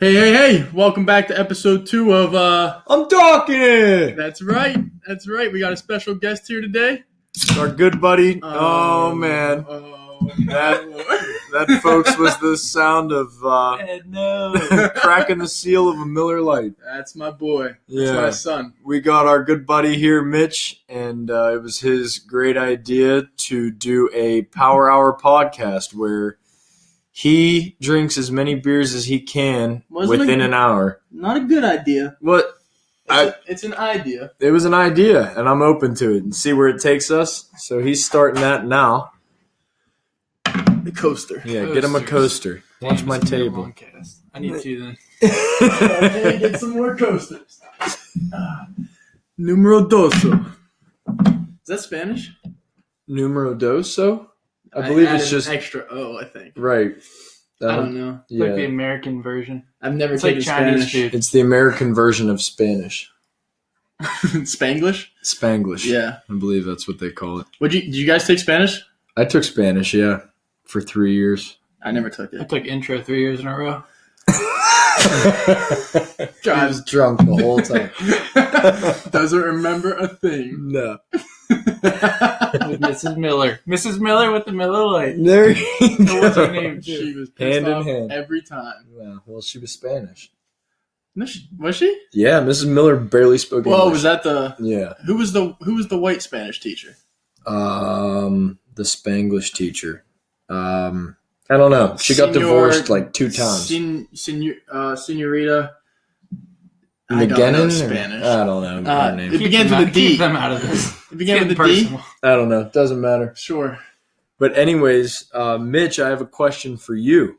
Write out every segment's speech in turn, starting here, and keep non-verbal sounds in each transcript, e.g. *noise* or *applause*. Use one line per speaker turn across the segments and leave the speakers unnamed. Hey, hey, hey! Welcome back to episode two of uh.
I'm talking it.
That's right. That's right. We got a special guest here today. Um,
Our good buddy. oh man,
Oh.
That-
Lord.
*laughs* that folks was the sound of uh, *laughs*
*laughs*
cracking the seal of a Miller Light.
That's my boy. That's my
Yeah,
son.
we got our good buddy here, Mitch, and uh, it was his great idea to do a Power Hour podcast where he drinks as many beers as he can
Wasn't
within
it-
an hour.
Not a good idea.
What?
It's,
I-
a- it's an idea.
It was an idea, and I'm open to it and see where it takes us. So he's starting that now.
The coaster.
Yeah, get him a coaster. Watch my table.
I need to *laughs* then.
All
get some more coasters. Uh, Numero doso. Is that Spanish?
*laughs* Numero doso? I believe
added
it's just
an extra O. I think.
right.
I
Um,
don't know.
yeah,
Like the American version.
I've never
It's like
taken
Chinese
Spanish.
food.
it's the American version of Spanish,
*laughs* Spanglish.
Spanglish.
Yeah.
I believe that's what they call it.
Would you? Did you guys take Spanish?
I took Spanish, yeah, for
*laughs*
three years.
I never took
I
it.
took intro three years in a row. *laughs*
I
*laughs* Drives.
drunk the
*laughs*
whole time.
Doesn't remember a *laughs* thing.
No,
With Mrs. Miller. Mrs. Miller with the Miller Lite.
there you
So what's her
go.
name?
she was pissed
Hand in
off
hand.
every time.
Yeah, well, she was Spanish.
No, she- Was she?
Yeah, Mrs. Miller barely spoke
Whoa,
English.
was that the
Yeah,
who was the who was the white Spanish teacher?
um, the Spanglish teacher. Um, I don't know. She got
Senor-
divorced like two times.
Sen, senor, uh, senorita. I don't know
McGinnon?
Spanish.
Or, I don't know.
Uh,
her name.
It begins
them
with
out-
a D.
Keep them out of this.
*laughs* It began with a
Getting
D.
personal.
I don't know. Doesn't matter.
Sure.
But anyways, uh, Mitch, I have a question for you.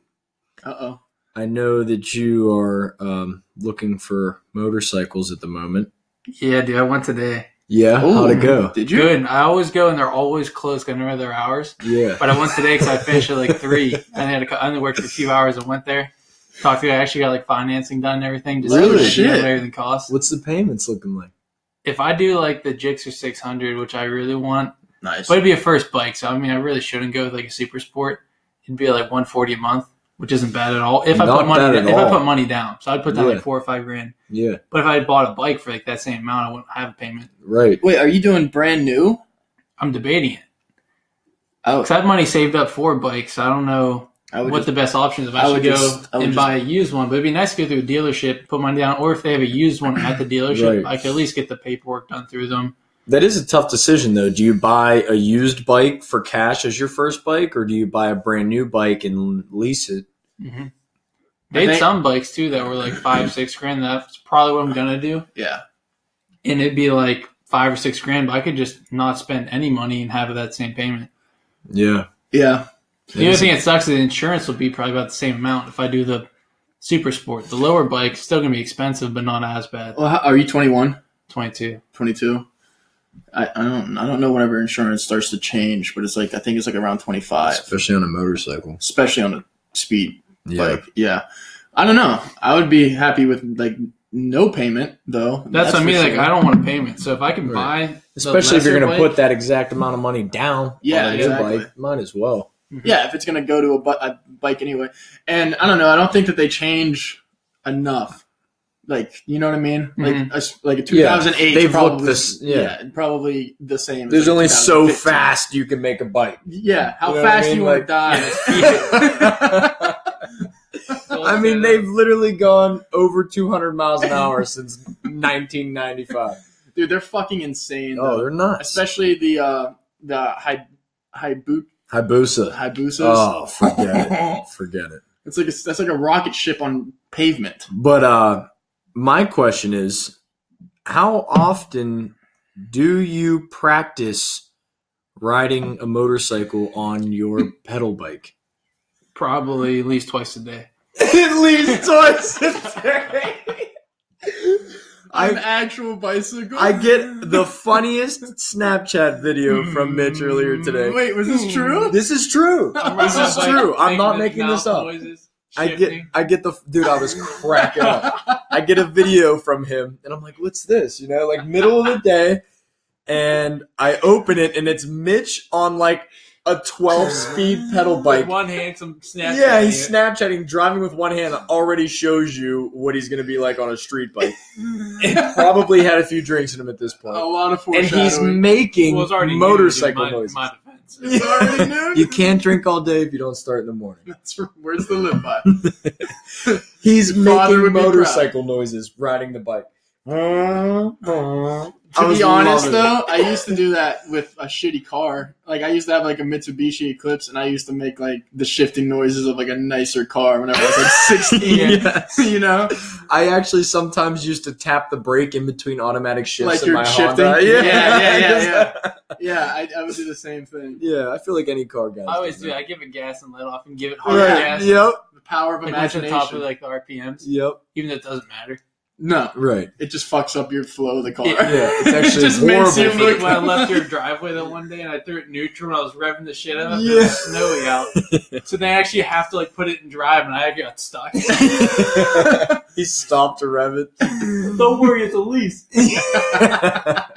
Uh oh.
I know that you are um, looking for motorcycles at the moment.
Yeah, dude, I went today.
Yeah, how'd it go?
Did you?
Good. I always go and they're always closed. I remember their hours.
Yeah,
But I went today because I finished at
*laughs*
like three. and I had a, co- I only worked for a few hours and went there. Talked to. I actually got like financing done and everything. Just
Really?
to get
Shit.
Later than cost.
what's the payments looking like?
If I do like the Gixxer 600, which I really want,
Nice.
But it'd be a first bike, so I mean, I really shouldn't go with like a super sport. It'd be like 140 a month, which isn't bad at all. If I
Not
put money,
bad at
if I
all.
put money down, so I'd put down
Yeah.
like four or five grand.
Yeah,
But if I had bought a bike for like that same amount, I wouldn't have a payment.
right.
Wait, are you doing brand new?
I'm debating it
Oh,
because I have money saved up for bikes. So I don't know
I would
what the best option is. If I,
I would
should go
just- I would
and
just-
buy a used one, but it'd be nice to go through a dealership, put money down, or if they have a used one at the dealership,
Right.
I could at least get the paperwork done through them.
That is a tough decision, though. Do you buy a used bike for cash as your first bike, or do you buy a brand new bike and lease it?
Mhm.
Mm-hmm. I
They had
think-
some bikes too that were like five, six grand. That's probably what I'm gonna do.
yeah.
and it'd be like five or six grand, but I could just not spend any money and have that same payment.
Yeah,
Yeah.
The other thing that sucks is insurance will be probably about the same amount if I do the super sport. The lower bike still gonna be expensive, but not as bad.
Well, how, are you 21?
Twenty two.
22? I, I don't I don't know whenever insurance starts to change, but it's like I think it's like around 25,
especially on a motorcycle.
especially on a speed
Yeah,
bike. Yeah. I don't know. I would be happy with like no payment though.
That's, what I
for
mean. Like
sure.
I don't want a payment, so if I can
Right. *laughs*
buy, the
especially if you're
lesser
going to
bike-
put that exact amount of money down.
Yeah,
on a new
exactly.
bike, might as well.
yeah, if it's going to go to a, bu- a bike anyway. And I don't know, I don't think that they change enough. Like, you know what I mean? Like
Mhm.
a s like a 2008
They've looked
probably
this- yeah.
probably the same. as,
There's
like,
only so
2015.
fast you can make a bike.
Yeah, how
You know what I
fast
mean?
you want
Like-
to
*laughs*
die.
I mean, they've literally gone over 200 miles an hour since 1995.
Dude, they're fucking insane.
Oh,
though.
they're nuts.
especially the uh, the hi- hibu-
Hayabusa.
hibusas.
Oh, forget it. Forget it.
It's like a, that's like a rocket ship on pavement.
But uh, my question is how often do you practice riding a motorcycle on your pedal bike?
probably at least twice a day.
*laughs* At least twice a day.
An
I
actual bicycle.
I get the funniest Snapchat video from Mitch earlier *laughs* today.
Wait, was this true?
This is true. *laughs* This is true. I'm not making this up. I get I get the dude. I was cracking up. I get a video from him, and I'm like, "What's this?" You know, like middle of the day, and I open it, and it's Mitch on like
a 12 speed
*laughs*
pedal bike.
One hand, some snap.
Yeah, he's Snapchatting, driving with one hand already shows you what he's going to be like on a street
*laughs*
bike. Probably had a few drinks in him at this point.
*laughs* a
Oh,
lot of
and
foreshadowing.
he's making
well, it's already
motorcycle
nude in
noises. *laughs*
my, my defense.
*laughs* It's already nude.
you can't drink all day if you don't start in the morning.
That's r- where's the live by?
*laughs* He's
Your father
making
would be proud.
motorcycle noises riding the bike.
To be honest,
though.
though, I used to do that with a shitty car. Like I used to have like a Mitsubishi Eclipse, and I used to make like the shifting noises of like a nicer car whenever I was like *laughs* 16.
*laughs*
Yes.
You know,
I actually sometimes used to tap the brake in between automatic shifts
Like
in
you're
my
shifting?
Honda.
Yeah,
*laughs*
yeah, yeah,
yeah.
yeah, I, I would do the same thing.
Yeah, I feel like any car guy.
I always do. I give it gas and let off, and give it hard
Right.
gas.
Yep.
The power of
Like went to the
imagination.
top of like the RPMs,
Yep.
even though it doesn't *laughs* matter.
no, *laughs*
Right. *laughs*
it just fucks up your flow of the car.
Yeah,
yeah,
*laughs*
it's actually
it just
horrible.
makes you
Dude,
look
when I left your driveway that one day and I threw it neutral and I was revving the shit out of it, it
Yeah.
was snowy out. *laughs* So they actually have to like put it in drive and I got stuck.
he stopped to rev
*laughs* Don't worry, it's a lease.
it.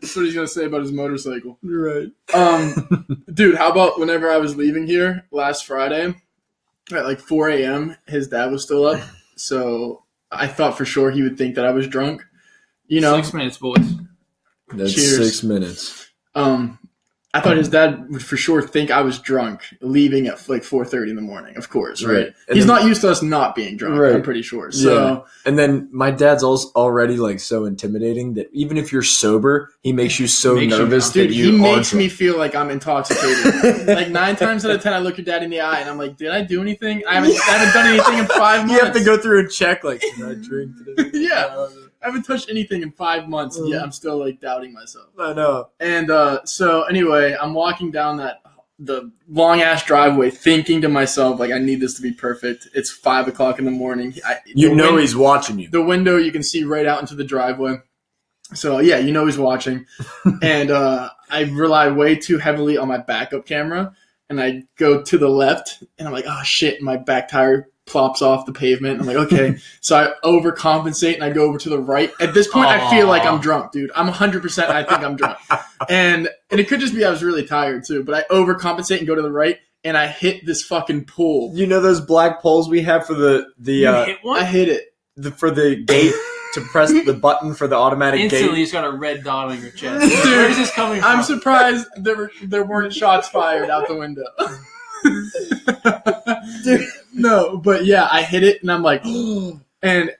That's what he's gonna say about his motorcycle.
*laughs* right.
*laughs*
Um, dude, how about whenever I was leaving here last Friday at like 4 a.m., his dad was still up. So I thought for sure he would think that I was drunk. You know,
six minutes, boys.
That's
Cheers.
six minutes.
um, I thought his dad would for sure think I was drunk leaving at like 4:30 in the morning. Of course, right?
Right. And
He's
then-
not used to us not being drunk.
Right.
I'm pretty sure. So
And then my dad's also already like so intimidating that even if you're sober, he makes you so
Makes you
nervous
drunk.
that
dude, he
you are
makes me
drunk.
feel like I'm
*laughs*
intoxicated. like nine times out of ten, I look your dad in the eye and I'm like, "Did I do anything? I haven't, I haven't done anything
*laughs*
in five months."
You have to go through and check like, did *laughs* I drink today?
Yeah. I haven't touched anything in five months.
Mm.
and Yeah, I'm still like doubting myself.
I know.
And uh, so anyway, I'm walking down that the long ass driveway, thinking to myself like, I need this to be perfect. It's five o'clock in the morning. I,
You
the
know
win-
he's watching you.
the window you can see right out into the driveway. So yeah, you know he's watching. and uh, I rely way too heavily on my backup camera, and I go to the left, and I'm like, oh shit, my back tire plops off the pavement. I'm like, okay. so I overcompensate and I go over to the right. At this point, I feel like I'm drunk, dude. I'm 100%. I think I'm drunk. and and it could just be I was really tired too, but I overcompensate and go to the right, and I hit this fucking pool.
You know those black poles we have for the the
You
uh,
hit
I
one
hit it.
the, for the gate to
*laughs*
press the button for the automatic
instantly,
gate.
he's got a red dot on your chest.
Dude,
Where is this coming from?
I'm surprised there were, there weren't shots fired out the window. Dude, no, but yeah, I hit it and I'm like, and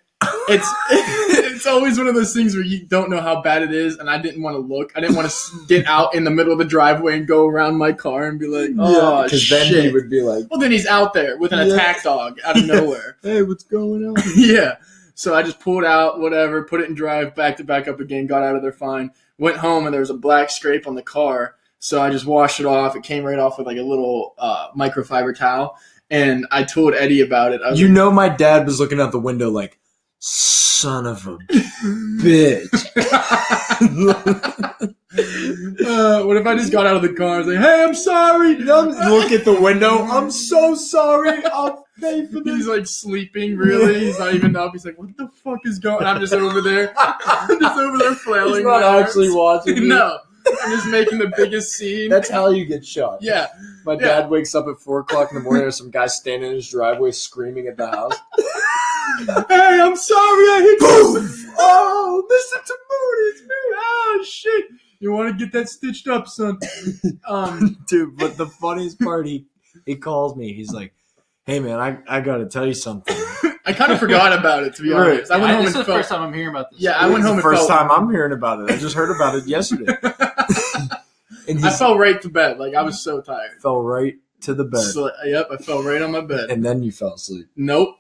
it's *laughs* it's always one of those things where you don't know how bad it is, and I didn't want to look. I didn't want to get out in the middle of the driveway and go around my car and be like, oh
because
shit.
then he would be like,
well, then he's out there with an
Yeah.
attack dog out of
Yeah.
nowhere.
"Hey, what's going on?"
*laughs* yeah. So I just pulled out, whatever, put it in drive, backed it back up again, got out of there fine. Went home and there was a black scrape on the car. So I just washed it off. It came right off with like a little uh, microfiber towel. And I told Eddie about it. I was
You know, my dad was looking out the window like, "Son of a
*laughs*
bitch."
like, uh, what if I just got out of the car? I was like, hey, I'm sorry. *laughs*
Look at the window. I'm so sorry. I'll pay *laughs* for
He's
this.
like sleeping, really. He's not even up. He's like, what the fuck is going I'm just over there. *laughs* I'm just over there flailing.
He's not
my arms.
actually watching. you.
*laughs* No. I'm just making the biggest scene.
That's how you get shot.
yeah.
My
Yeah.
dad wakes up at four o'clock in the morning. There's some guy standing in his driveway screaming at
*laughs*
the house.
Hey, I'm sorry I hit
Boom!
Oh, Mr. Tamura, it's me. Oh, shit. You want to get that stitched up,
*laughs*
son? um,
Dude, but the funniest part, he he calls me. He's like, "Hey, man, I I gotta tell you something."
I kind of forgot about it, to be
Right.
honest. I went
I-
home
this is
and
the
felt.
first time I'm hearing about this.
Yeah, I
This
went
is
home and
the first
felt-
time I'm hearing about it. I just heard about
*laughs*
it yesterday, and he
I fell right to bed. Like, I was so tired.
fell right to the bed,
So, yep, I fell right on my bed.
and then you fell asleep. *laughs*
Nope.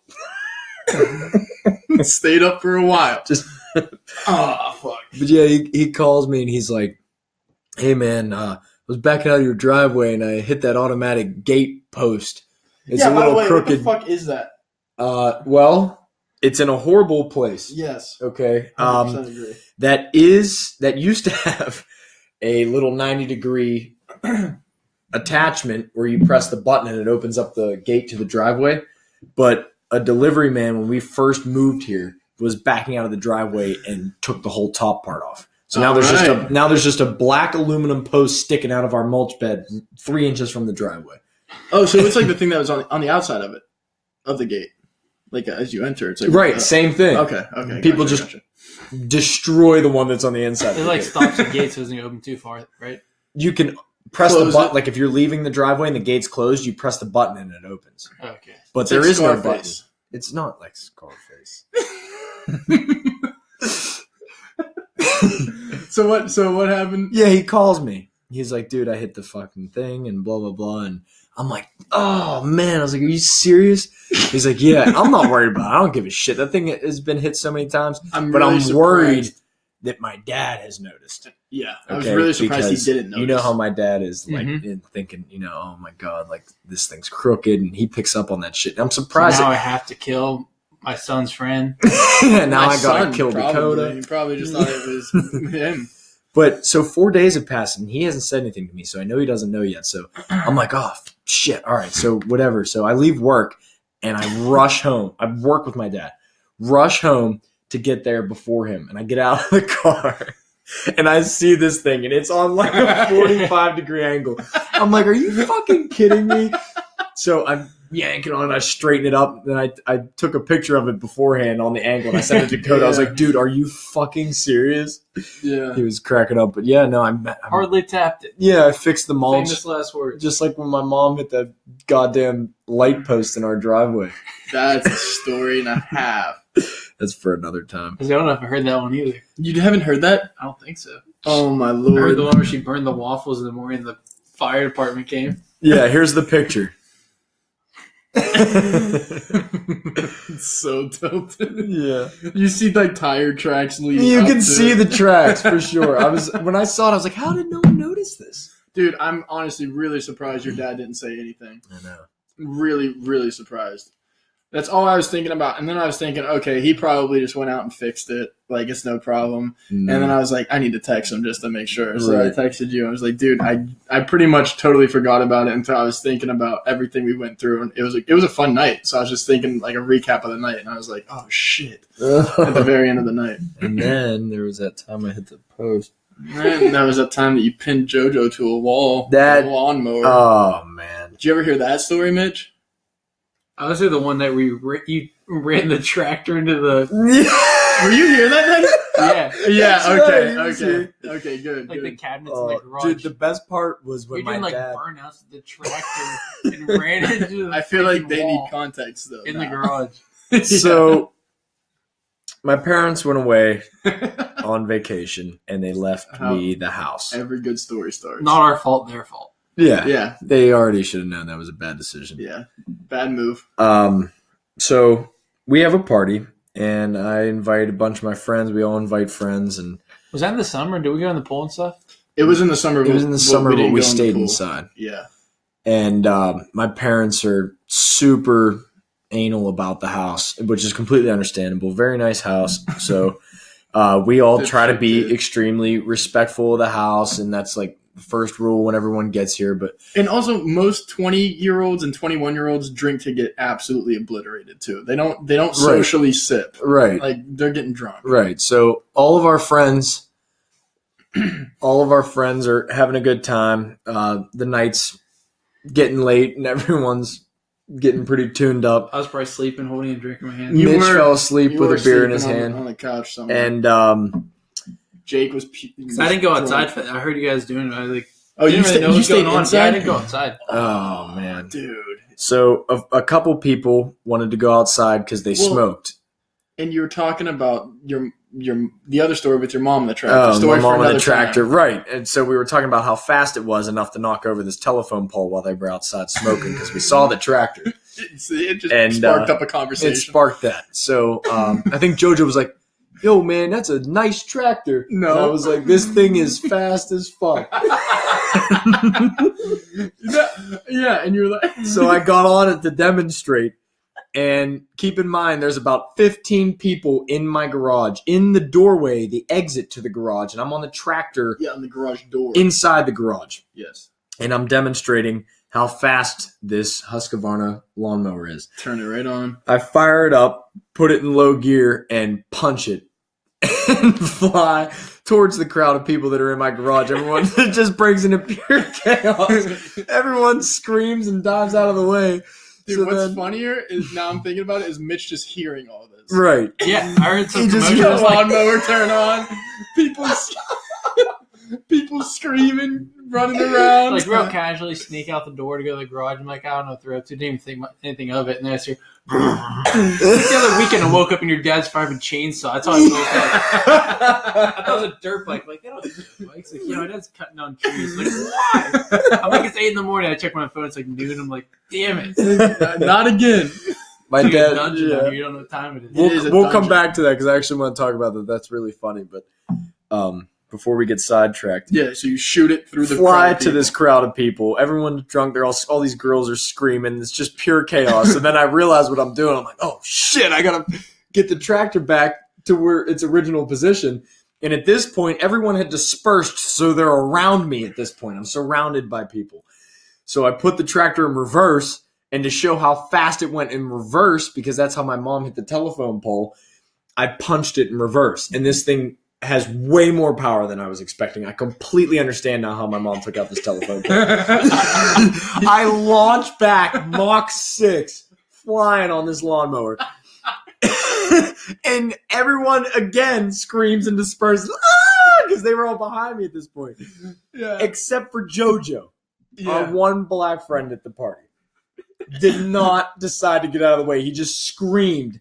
Stayed up for a while. *laughs*
Just-
oh, fuck.
But yeah, he, he calls me and he's like, "Hey, man, uh, I was backing out of your driveway and I hit that automatic gate post. It's
yeah, by
a
the
little
way,
crooked.
what the fuck is that?
Uh, well, it's in a horrible place.
Yes.
Okay.
100%
Um,
agree.
that is that used to *laughs* have a little ninety degree *clears throat* attachment where you press the button and it opens up the gate to the driveway. But a delivery man, when we first moved here, was backing out of the driveway and took the whole top part off. So now there's just
Alright.
a now there's just a black aluminum post sticking out of our mulch bed, three inches from the driveway.
Oh, so it's like the thing that was on on the outside of it, of the gate, like as you enter. It's like
Right,
uh,
same thing.
okay. Okay.
People
gotcha,
just-
gotcha.
Destroy the one that's on the inside. of
It
the
like
gate.
stops the gate so it doesn't open too far, right?
you can press the
Close
button.
it.
Like if you're leaving the driveway and the gate's closed, you press the button and it opens.
Okay.
But
It's
there
like
is no button.
Scarface.
It's not like Scarface.
*laughs* So what? So what happened?
yeah, he calls me. He's like, dude, I hit the fucking thing and blah blah blah. And I'm like, oh man. I was like, are you serious? He's like, yeah. I'm not worried about. it. I don't give a shit. That thing has been hit so many times.
I'm
but
really
I'm
surprised-
worried that my dad has noticed.
Yeah, I was
Okay,
really surprised he
because
didn't know.
You know how my dad is like
Mhm.
in thinking, you know, oh my god, like this thing's crooked, and he picks up on that shit. I'm
So
surprised. *laughs*
now
that-
I have to kill my son's friend.
Yeah, now,
My
I gotta
son,
kill
probably.
Dakota.
He probably just thought it
*laughs*
was him.
But so four days have passed, and he hasn't said anything to me, so I know he doesn't know yet. So I'm like, oh shit, all right, so whatever. So I leave work and I rush home. I work with my dad, rush home to get there before him, and I get out of the *laughs* car. And I see this thing, and it's on like a 45 degree angle. I'm like, are you fucking kidding me? So I'm yanking on, I straighten it up. Then I, I took a picture of it beforehand on the angle, and I sent it to Dakota. I was
Yeah.
like, dude, are you fucking serious?
Yeah.
He was cracking up, but yeah, no, I'm, I'm
Hardly tapped it.
yeah, I fixed the mulch
Famous last words.
just like when my mom hit that goddamn light post in our driveway.
That's a story and a half.
That's for another time.
Because I don't know if I heard that one either.
You haven't heard that?
I don't think so.
Oh my
I heard
lord!
the one where she burned the waffles in the morning. and The fire department came.
Yeah, here's the
*laughs*
picture.
*laughs* It's so tilted.
yeah,
You see like tire tracks leading.
you
up
can
to
see
it.
the tracks for sure. I was when I saw it, I was like, how did no one notice this?
Dude, I'm honestly really surprised your dad didn't say anything.
I know.
Really, really surprised. That's all I was thinking about. And then I was thinking, okay, he probably just went out and fixed it. Like, it's no problem. And then I was like, I need to text him just to make sure. So
Right.
I texted you. I was like, dude, I, I pretty much totally forgot about it until I was thinking about everything we went through. And it was, a, it was a fun night. So I was just thinking, like, a recap of the night. And I was like, oh, shit. At the very end of the
*laughs*
night.
and then there was that time I hit the post.
And that was that time that you pinned JoJo to a wall. with
That-
a lawnmower.
Oh
*laughs*
man.
Did you ever hear that story, Mitch?
I was the one that we ra- you ran the tractor into the
Were you here that night?
yeah,
yeah.
That's right,
Okay.
he was
okay.
here.
Okay. Good.
like the
good.
cabinets in
Oh,
the garage.
dude, the best part was when
we
my
did like
dad.
burnouts with the
*laughs*
tractor and ran into. The
I feel like
freaking
they
wall
need context though.
in the
now.
garage.
*laughs* So my parents
*laughs*
went away on vacation and they left
How-
me the house.
every good story starts.
Not our fault, their fault.
Yeah.
yeah.
They already should have known that was a bad decision.
Yeah. Bad move.
Um so we have a party and I invite a bunch of my friends. We all invite friends and
Was that in the summer? Did we go in the pool and stuff?
It was in the summer.
it was in the summer but
didn't
we
go in the
stayed
pool.
inside.
Yeah.
And um, my parents are super anal about the house, which is completely understandable. Very nice house. So uh, we all
That's
try to
so
be
good.
extremely respectful of the house, and that's like the first rule when everyone gets here. But
And also, most twenty-year-olds and twenty-one-year-olds drink to get absolutely obliterated too. They don't. They don't socially sip.
right,
Like they're getting drunk.
right. So all of our friends, *clears throat* all of our friends are having a good time. Uh, the night's getting late, and *laughs* everyone's getting pretty tuned up.
I was probably sleeping, holding a drink in my hand.
You
Mitch
were-
fell asleep
You
with
were
a beer in his
sleeping on the-
hand,
on the couch somewhere.
and um,
Jake was. pu-
I didn't go
drunk.
outside. For that. I heard you guys doing it. I like.
Mm. Oh, you,
didn't really
sta- you
know what was
stayed
going on.
inside.
Yeah, I didn't go outside.
Oh man.
dude.
So a, a couple people wanted to go outside because they
Well,
smoked.
and you were talking about your your the other story with your mom in the tractor.
Oh,
story for
my mom and the
another
tractor,
time.
right? And so we were talking about how fast it was enough to knock over this telephone pole while they were outside smoking because we saw the tractor.
It's- It just
And,
sparked
uh,
up a
It
conversation.
sparked that. So um, I think JoJo was like, "Yo, man, that's a nice tractor."
No.
and I was like, "This thing is fast as fuck."
*laughs* yeah, yeah, and you were like,
so I got on it to demonstrate. And keep in mind, there's about 15 people in my garage, in the doorway, the exit to the garage, and I'm on the tractor
yeah, on the garage door.
inside the garage.
yes,
And I'm demonstrating how fast this Husqvarna lawnmower is.
turn it right on.
*laughs* I *laughs* fire it up, put it in low gear, and punch it and fly towards the crowd of people that are in my garage. Everyone *laughs* it just breaks into pure chaos. Everyone screams and dives out of the way.
Dude,
So
what's
then-
funnier is now I'm thinking about it is Mitch just hearing all this. *laughs*
Right. *laughs*
Yeah, I heard some
He just
commotion. I was
yelled
like,
lawnmower turn on. People, s- *laughs* people screaming, running around.
like real casually sneak out the door to go to the garage. I'm like, I don't know what they're up to. Didn't even think mu- anything of it. And then I see *laughs* the other weekend I woke up and your dad's firing a chainsaw. That's how I woke up.
*laughs*
I thought it was a dirt bike. Like, they don't have dirt bikes. Like, yeah, my dad's cutting down trees. Like, why? I'm like, it's 8 in the morning. I check my phone. It's like noon. I'm like, damn it.
Not again.
*laughs* My
Dude, a
dad.
dungeon
yeah.
down here. You don't know what time it is. *laughs*
Well, It is
We'll,
a
we'll
dungeon.
come back to that because I actually want to talk about that. That's really funny. But um, before we get sidetracked,
Yeah, so you shoot it through the
fly
crowd of
to this
people.
crowd of people. Everyone's drunk. They're all all these girls are screaming. It's just pure chaos. and then I realize what I'm doing. I'm like, oh shit! I gotta get the tractor back to where its original position. And at this point, everyone had dispersed, so they're around me. At this point, I'm surrounded by people. So I put the tractor in reverse, and to show how fast it went in reverse, because that's how my mom hit the telephone pole, I punched it in reverse. And this thing has way more power than I was expecting. I completely understand now how my mom took out this telephone
*laughs*
pole. I launch back Mach 6 flying on this lawnmower. and everyone again screams and disperses because they were all behind me at this point,
Yeah,
except for JoJo our
yeah.
one black friend at the party did not decide to get out of the way. He just screamed,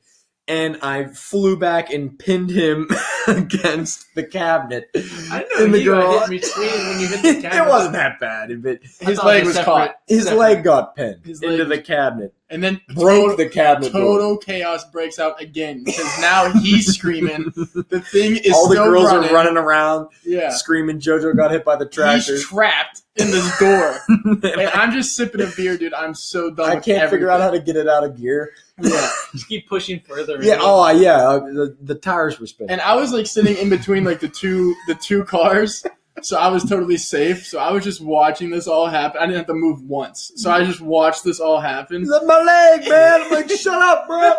and I flew back and pinned him *laughs* against the cabinet
I didn't
*laughs*
know
in the
you I
garage.
hit between when you hit the
*laughs* it
camera.
wasn't that bad, but
His
I thought it
leg was
separate.
caught,
his
Separate.
leg got pinned
His leg
into the
was-
cabinet,
and then
broke
total-
the cabinet. door.
Total chaos breaks out again because now he's screaming. The thing is
All the
still
girls
running.
are running around,
Yeah,
screaming. JoJo got hit by the tractor. *laughs*
he's trapped in this door. And I'm just sipping a beer, dude. I'm so done.
I
with
can't
everything.
figure out how to get it out of gear.
Yeah.
Just keep pushing further.
Yeah,
in.
oh yeah, uh, the, the tires were spinning.
and I was like sitting in between like the two the two cars, so I was totally safe. So I was just watching this all happen. I didn't have to move once, so I just watched this all happen.
He's like, my leg, man. I'm like, shut up, bro.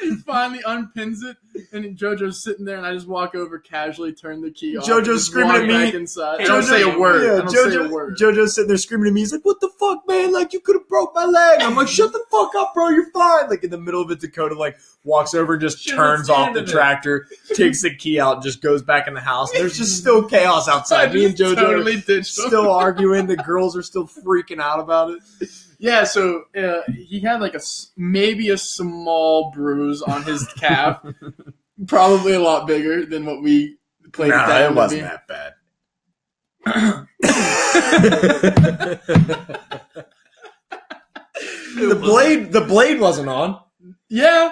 he finally unpins it, and JoJo's sitting there, and I just walk over casually, turn the key off.
JoJo's
and just
screaming
walk
at me.
Back inside.
Hey,
I *laughs* don't
JoJo-
say a word.
Yeah,
I don't
JoJo,
say a *laughs* word.
JoJo's sitting there screaming at me. He's like, "What the fuck, man? Like, you could have broke my leg." I'm like, "Shut the fuck up, bro. You're fine." Like in the middle of it, Dakota like walks over and just
Should've
turns off the
standed it.
tractor, takes the key out, just goes back in the house. There's just still
*laughs*
chaos outside. Me and
just
JoJo
*laughs*
are
totally ditched him.
still arguing. The girls are still freaking out about it.
Yeah, so uh, he had like a s- maybe a small bruise on his *laughs* calf, probably a lot bigger than what we played.
Nah,
that movie.
that bad. *laughs* the blade, the blade
*laughs*
wasn't on.
Yeah,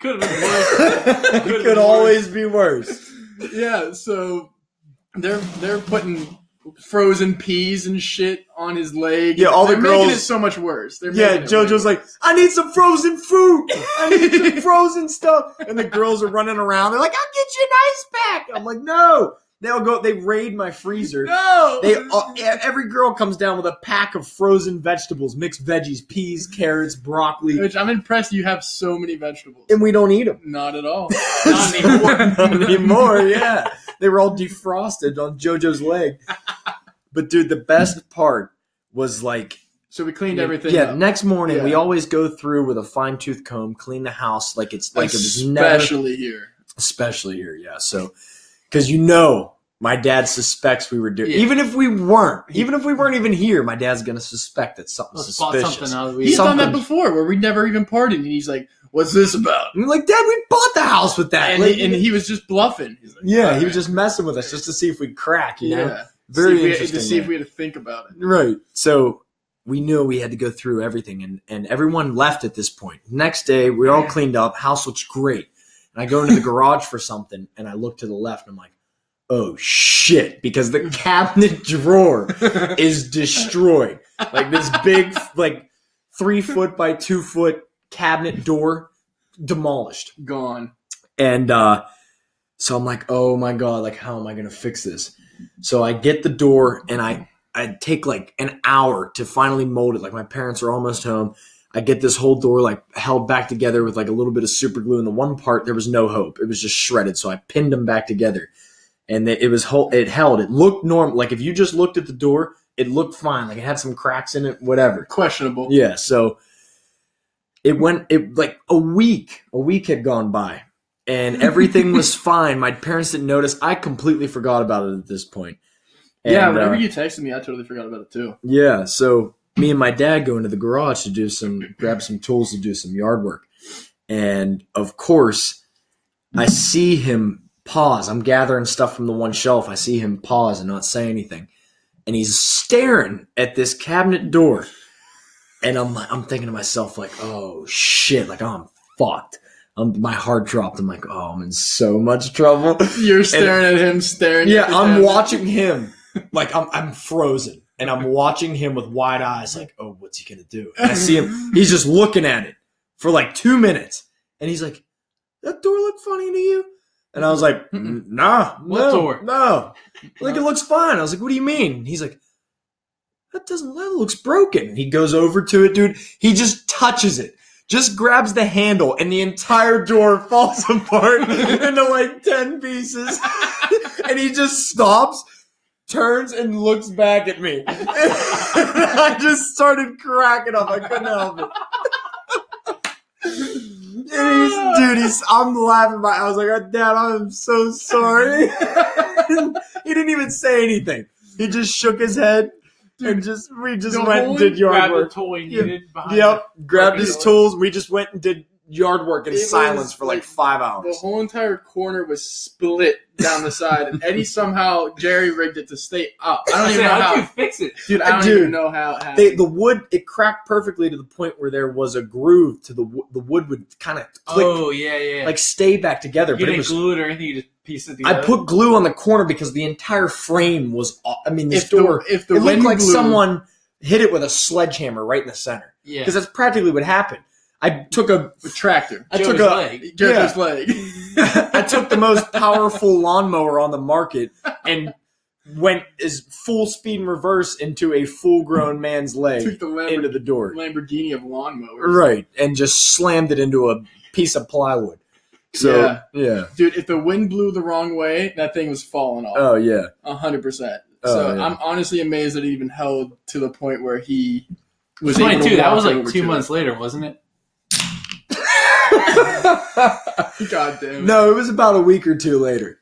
Could have been worse.
it could always be worse.
yeah. So they're they're putting frozen peas and shit on his leg.
Yeah, all the
they're making
girls-
it so much worse. They're
Yeah,
making it
JoJo's
worse.
like, I need some frozen fruit. I need
*laughs*
some frozen stuff. And the girls are running around. They're like, I'll get you an ice pack. I'm like, no. They'll go. They raid my freezer.
no.
They all,
*laughs*
e- every girl comes down with a pack of frozen vegetables, mixed veggies, peas, carrots, broccoli,
Which I'm impressed you have so many vegetables.
and we don't eat them.
Not at all.
Not
*laughs*
anymore.
Not anymore, yeah. They were all defrosted on JoJo's leg. But dude, the best part was like
So we cleaned everything.
Yeah,
up.
next morning we
Yeah.
always go through with a fine tooth comb, clean the house like it's like it was never
especially here.
especially here, yeah. So because you know my dad suspects we were doing
Yeah.
even if we weren't, even if we weren't even here, my dad's gonna suspect that something
Let's spot
suspicious.
something out of
He's
the
done that
Something-
before, where we never even partied, and he's like, "What's this about?"
I'm like, Dad, we bought the house with that.
And,
Like,
he, and he was just bluffing. He's like,
yeah, he
"Alright."
was just messing with us just to see if we'd crack, you know?
yeah.
Very
see if we-
interesting.
to see if
man.
we had to think about it.
Right. So we knew we had to go through everything, and, and everyone left at this point. Next day, we all cleaned up. House looks great. And I go into the garage for something, and I look to the left, and I'm like, oh shit, because the cabinet drawer is destroyed. Like this big, like three foot by two foot cabinet door demolished.
Gone.
And uh, so I'm like, oh my god, like how am I gonna fix this? So I get the door and I I take like an hour to finally mold it. Like my parents are almost home. I get this whole door like held back together with like a little bit of super glue. And the one part there was no hope; it was just shredded. So I pinned them back together. and it it was hol- it held. It looked normal. Like if you just looked at the door, it looked fine. Like it had some cracks in it, whatever.
Questionable.
Yeah, so it went it like a week, a week had gone by
*laughs*
and everything was fine. My parents didn't notice. I completely forgot about it at this point.
yeah,
And,
whenever
uh,
you texted me, I totally forgot about it too. *laughs*
yeah, so me and my dad go into the garage to do some grab some tools to do some yard work. And of course, I see him pause. I'm gathering stuff from the one shelf. I see him pause and not say anything. And he's staring at this cabinet door. And I'm like, I'm thinking to myself, like, oh shit, like I'm fucked. I'm, my heart dropped. I'm like, oh, I'm in so much trouble.
You're staring at him, staring.
Yeah,
at the
I'm
cabinet.
watching him. *laughs* Like I'm, I'm frozen, and I'm watching him with wide eyes. Like, oh, what's he gonna do? And I
*laughs*
see him. He's just looking at it for like two minutes, and he's like, "That door look funny to you?" And I was like,
Mm-mm.
"Nah,
What
no,
door?"
no. Like it looks fine." I was like, "What do you mean?" And he's like, "That doesn't. That looks broken." And he goes over to it, dude. He just touches it. Just grabs the handle and the entire door *laughs* falls apart *laughs* into like 10 pieces. *laughs* and he just stops, turns, and looks back at me. *laughs* And I just started cracking up. I couldn't help it. And he's, dude, he's, I'm laughing. My, I was like, "Oh, Dad, I'm so sorry. *laughs* he didn't even say anything. He just shook his head and just, we just
the
went
whole
and did yard
Grab
work.
the toy you
Yeah.
needed behind
Yep, grabbed
fucking
his
door.
tools. We just went and did yard work in
It was
silence for like
like-
five
The
hours.
whole entire corner was split down the side, and Eddie somehow jerry rigged it to stay up. I
I
don't
say,
even know
how'd you
how.
fix it?
Dude, I don't
Dude.
even know how. it
They,
happened.
the wood it cracked perfectly to the point where there was a groove to the wo- the wood would kind of click
Oh yeah, yeah.
like stay back together.
you
But it
didn't
was
glue it or anything. You just pieced it
I
together.
put glue on the corner because the entire frame was. off. I mean, this
if
door
the if the
it looked
wind
like
blew-
someone hit it with a sledgehammer right in the center
yeah.
because that's practically what happened. I took a *laughs*
a tractor
I
Joe's
took a
leg.
jerked
Yeah.
his *laughs* leg.
I took the most powerful lawnmower on the market and went as full speed in reverse into a full grown man's
took
leg
the Lamborghini,
into the door.
Lamborghini of lawnmowers.
Right. And just slammed it into a piece of plywood. So, yeah.
Dude, if the wind blew the wrong way, that thing was falling off.
Oh, yeah. *laughs*
A hundred percent.
Oh,
So
yeah.
I'm honestly amazed that it even held to the point where he was able
Twenty-two.
to
That
walk
was like
over
two
to
months later, wasn't it?
it. *laughs* God damn.
No, it was about a week or two later.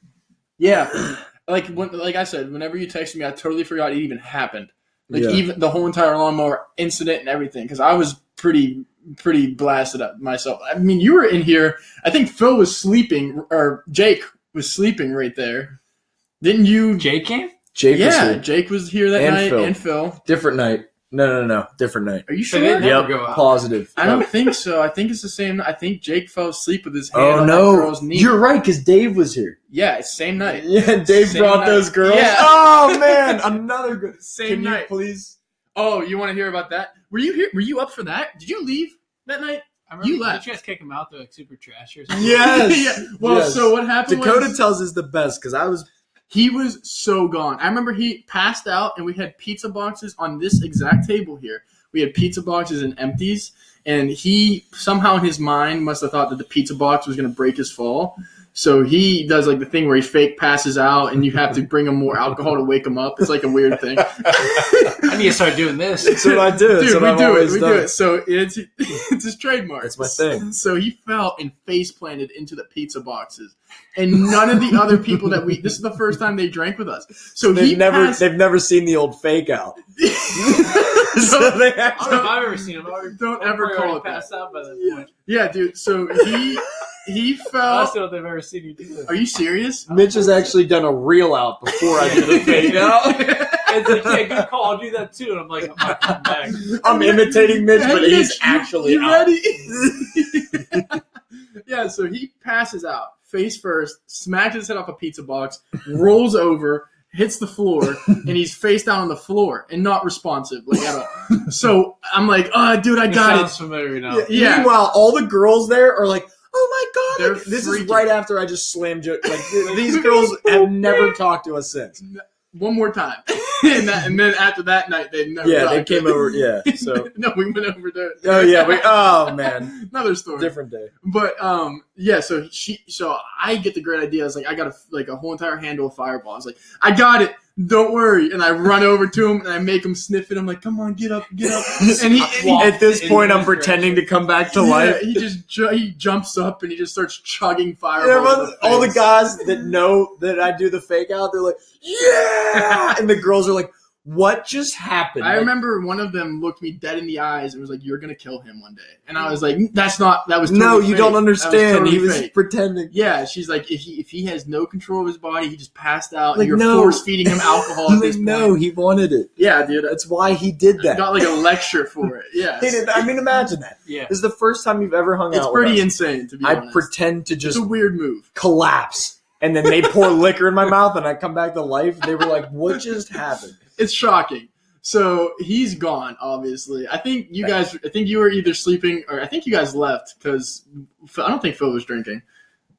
Yeah. Like when, like I said, whenever you texted me, I totally forgot it even happened. Like
Yeah.
even the whole entire lawnmower incident and everything, because I was pretty pretty blasted up myself. I mean, you were in here. I think Phil was sleeping, or Jake was sleeping right there. Didn't you?
Jake came.
Jake was
yeah,
here.
Jake was here that
And
night,
Phil.
and Phil.
Different night. No, no, no. Different night.
Are you
So
sure?
they didn't Never
Yep.
go out.
Positive. Oh,
I don't think so. I think it's the same. I think Jake fell asleep with his hand on
Oh,
that
no.
girl's knee.
You're right because Dave was here.
yeah, it's same night.
*laughs* Yeah, Dave
Same
brought
night.
those girls.
Yeah.
*laughs* Oh, man. Another good.
Same
Can
night.
you please?
oh, you want to hear about that? Were you here? Were you up for that? Did you leave that night? *laughs*
I remember,
You left.
Did you guys kick him out? They're like super trashy or something.
Yes.
yeah. Well,
Yes.
so what happened?
Dakota
was
tells is the best because
*laughs*
I was
he was so gone. I remember he passed out, and we had pizza boxes on this exact table here. We had pizza boxes and empties, and he somehow in his mind must have thought that the pizza box was going to break his fall. So he does like the thing where he fake passes out, and you have to bring him more alcohol to wake him up. It's like a weird
*laughs*
thing.
I need to start doing this.
That's what I do.
Dude,
That's what
we
I've
do it.
always
We
done.
do it. So it's *laughs* it's his trademark.
It's my thing.
So he fell and face planted into the pizza boxes, and none of the other people that we *laughs* this is the first time they drank with us. So he
They've never
passed-
they've never seen the old fake out. *laughs* so
So-
they
I
have
don't know if
to-
I've ever seen him. I already-
Don't
I'm
ever
probably
call
already
it that.
passed out by that point.
*laughs* yeah, dude. So he he
I
fell.
still don't think I've ever seen you do that.
Are you serious?
Mitch has actually done a reel out before I did the *laughs* fake out.
*laughs*
It's like, yeah, good call. I'll do that too. And I'm like, I'm not coming back.
I'm imitating Mitch, but
Hey,
he's
Mitch, you-
actually
you
out.
ready? *laughs* yeah, so he passes out face first, smacks his head off a pizza box, rolls over, hits the
*laughs*
floor, and he's face down on the floor and not responsive like at all. So I'm like, oh, dude, I
It
got
*laughs*
sounds
it.
familiar now.
Yeah, yeah.
Meanwhile, all the girls there are like, "Oh my god!" like,
They're
this is
freaking-
*laughs* right after I just slammed you. Like th- these girls have never talked to us since.
one more time, *laughs* and, that, and then after that night, they never.
Yeah, they
talked.
came over. Yeah,
*laughs*
so
no, we went over there.
oh yeah,
*laughs*
we oh man,
Another story.
different day.
But um, yeah. So she, so I get the great idea. I was like, I got a, like a whole entire handle of Fireball. I was like, I got it. Don't worry. And I run over to him and I make him sniff it. I'm like, come on, get up, get
*laughs*
up. And he, and he
At this
In
point, I'm
this
pretending to come back to
yeah,
life.
He just ju- he jumps up and he just starts chugging
And
Fireball. in
everyone, all the
face.
guys that know that I do the fake out, they're like, "Yeah!" and the girls are like, "What just happened?"
I
Like,
remember one of them looked me dead in the eyes and was like, "You're gonna kill him one day." And I was like, "That's not. That was totally
no, you
fake.
don't
That was
understand.
totally
he was
fake."
pretending.
Yeah, she's like, if he if he has no control of his body, he just passed out.
Like,
and you're
no.
force feeding him alcohol
I'm
at
*laughs* like,
this point.
no, he wanted it.
Yeah, dude.
That's why he did
I
that.
got like a lecture for
*laughs*
it. Yeah,
He
it's
did- I mean, imagine that.
Yeah.
This is the first time you've ever hung
it's
out. with
pretty
us.
insane to be
I
honest.
pretend to
it's
just
a weird move.
collapse, and then they pour *laughs* liquor in my mouth, and I come back to life. They were like, "What just happened?"
It's shocking. So he's gone. Obviously, I think you guys. I think you were either sleeping or I think you guys left because I don't think Phil was drinking,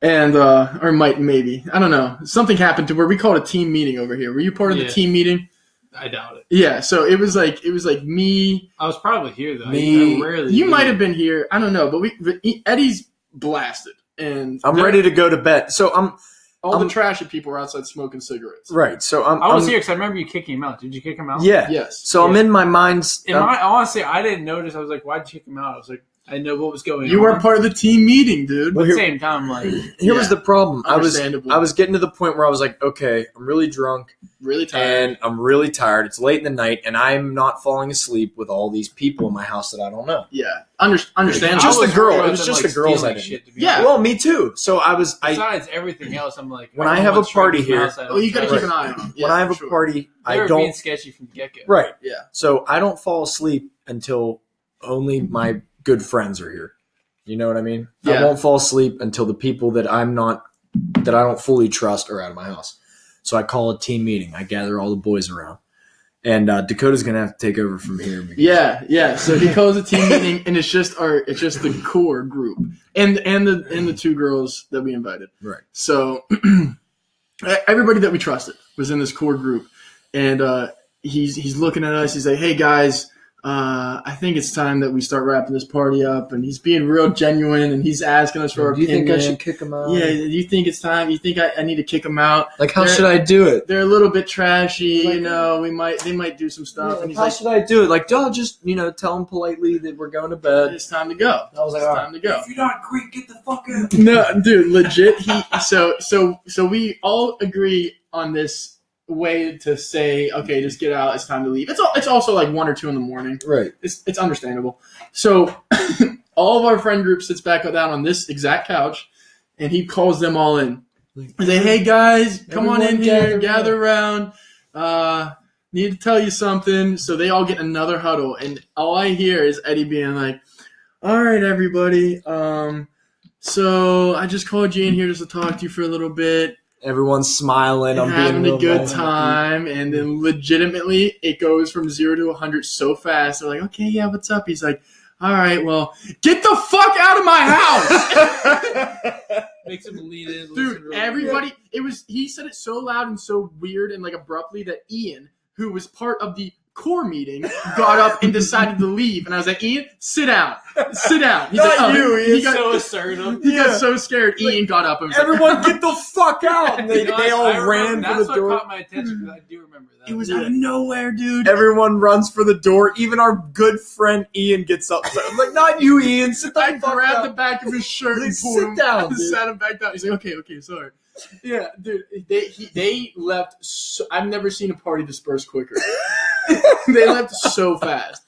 and uh, or might maybe I don't know. Something happened to where we called a team meeting over here. Were you part of
Yeah.
the team meeting?
I doubt it.
Yeah. So it was like it was like me.
I was probably here though. I-
Me-
I rarely.
You
do.
might have been here. I don't know, but we but E, Eddie's blasted. And
I'm
there-
ready to go to bed. So I'm
All
I'm-
the trash and people were outside smoking cigarets.
right. So I'm.
I was
I'm-
here because I remember you kicking him out. Did you kick him
*laughs*
out?
Yeah.
Yes.
So I'm in my mind's. um,
And I honestly, I didn't notice. I was like, "Why'd you kick him out?" I was like, "I didn't know what was going on."
You were part of the team meeting, dude.
Well,
But at
here-
the same time, like,
here was
yeah.
the problem. I was.
Understandable.
I was getting to the point where I was like, okay, I'm really drunk
really tired.
and I'm really tired. It's late in the night, and I'm not falling asleep with all these people in my house that I don't know.
Yeah, Under-
I
understandable.
Just the
was
girl.
worried about
It was
them,
just
like,
the girls
stealing
I didn't-
shit, to be
Yeah.
honest.
Well, me too. So I was. I
Besides everything else, I'm like,
When
I
I
don't
have
want
a party
strangers in my
here-
house, I
Oh, you
don't
gotta
trust.
keep an eye on them.
when I have a
sure.
party,
They
I
were being
don't.
sketchy from the get go.
Right.
Yeah.
So I don't fall asleep until only my good friends are here. You know what I mean? I
Yeah.
won't fall asleep until the people that I'm not that I don't fully trust are out of my house. So I call a team meeting. I gather all the boys around, and uh, Dakota's gonna have to take over from here. because-
Yeah, yeah. So he calls a team meeting, and it's just our, it's just the core group, and and the and the two girls that we invited.
Right.
So *clears throat* e-, everybody that we trusted was in this core group, and uh, he's he's looking at us. He's like, "Hey guys, uh, I think it's time that we start wrapping this party up." And he's being real genuine, and he's asking us for our opinion.
kick him out?
yeah, you think it's time? You think I, I need to kick him out?
Like, how
They're-
should I do it?
They're a little bit trashy,
Like-
you know. We might they might do some stuff, and he's
how
like,
should I do it? Like, do I just you know tell him politely that we're going to bed?
"Uh, "It's time to go."
I was like,
It's
all right.
time to go.
you're not Greek, get the fuck out.
no, dude, legit. He so so so we all agree on this way to say, okay, just get out. It's time to leave. It's all, it's also like one or two in the morning.
Right.
It's it's understandable. So *clears throat* all of our friend group sits back down on this exact couch, and he calls them all in. He say, hey guys, come on in
Everyone
here,
gather
gather around. Uh, need to tell you something. So they all get another huddle, and all I hear is Eddie being like, "All right, everybody. Um, so I just called you in here just to talk to you for a little bit,
Everyone's smiling. I'm being
having a
real
good
nice. *laughs*
time, and then legitimately it goes from zero to hundred so fast. They're like, okay, yeah, what's up? He's like, all right, well, get the fuck out of my
*laughs*
house.
Makes him lean in. listen
Dude,
real-
everybody, it was, he said it so loud and so weird and like abruptly that Ian, who was part of the core meeting, got up and decided to leave. And I was like, Ian, sit down, sit down. He's
Not
like, "Oh."
you, Ian.
He got,
so assertive.
he
Yeah.
got so scared. Ian got up and was like,
*laughs* Everyone, get the fuck out! And they,
To be
they
honest,
all
I remember-
ran for
That's
the
what
door.
caught my attention because I do remember that.
it was out of nowhere, dude.
Everyone runs for the door. Even our good friend Ian gets up. So I'm like, not you, Ian. Sit the
I
fuck
grabbed
down."
the back of his shirt
Like,
and pulled
sit
him
down,
*laughs* and
dude.
sat him back down. He's like, okay, okay, sorry. Yeah, dude, they he, they left. So, I've never seen a party disperse *laughs* quicker. they left so fast.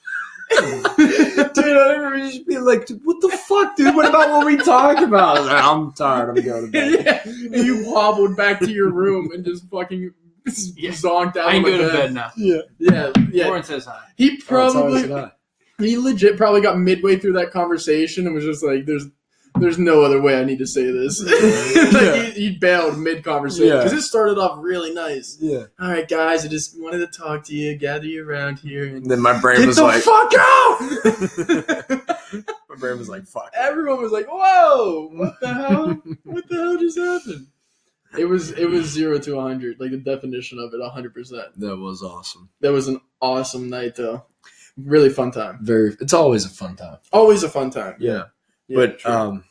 dude, I remember just being like, "Dude, what the fuck, dude? What about what we talked about? I was like, I'm tired. I'm
*laughs*
going to bed.
yeah, and you hobbled back to your room and just fucking
Yeah.
zonked out.
I
on
can
my
go to bed now.
Yeah.
Yeah, yeah.
Lauren says hi.
He
Oh,
probably
sorry,
he legit probably got midway through that conversation and was just like, "There's." There's no other way I need to say this. *laughs* like
Yeah.
he, he bailed mid conversation
Yeah.
because it started off really nice.
should I? Yeah.
all right, guys, I just wanted to talk to you, gather you around here, and
And then my brain
get
was
the
like,
fuck out!
my brain was like, fuck.
*laughs* Everyone was like, "Whoa, what the hell? what the hell just happened?" It was it was zero to hundred, like the definition of it, hundred percent.
That was awesome.
That was an awesome night, though. Really fun time.
Very. It's always a fun time.
Always a fun time.
Yeah.
Yeah,
but
true.
um,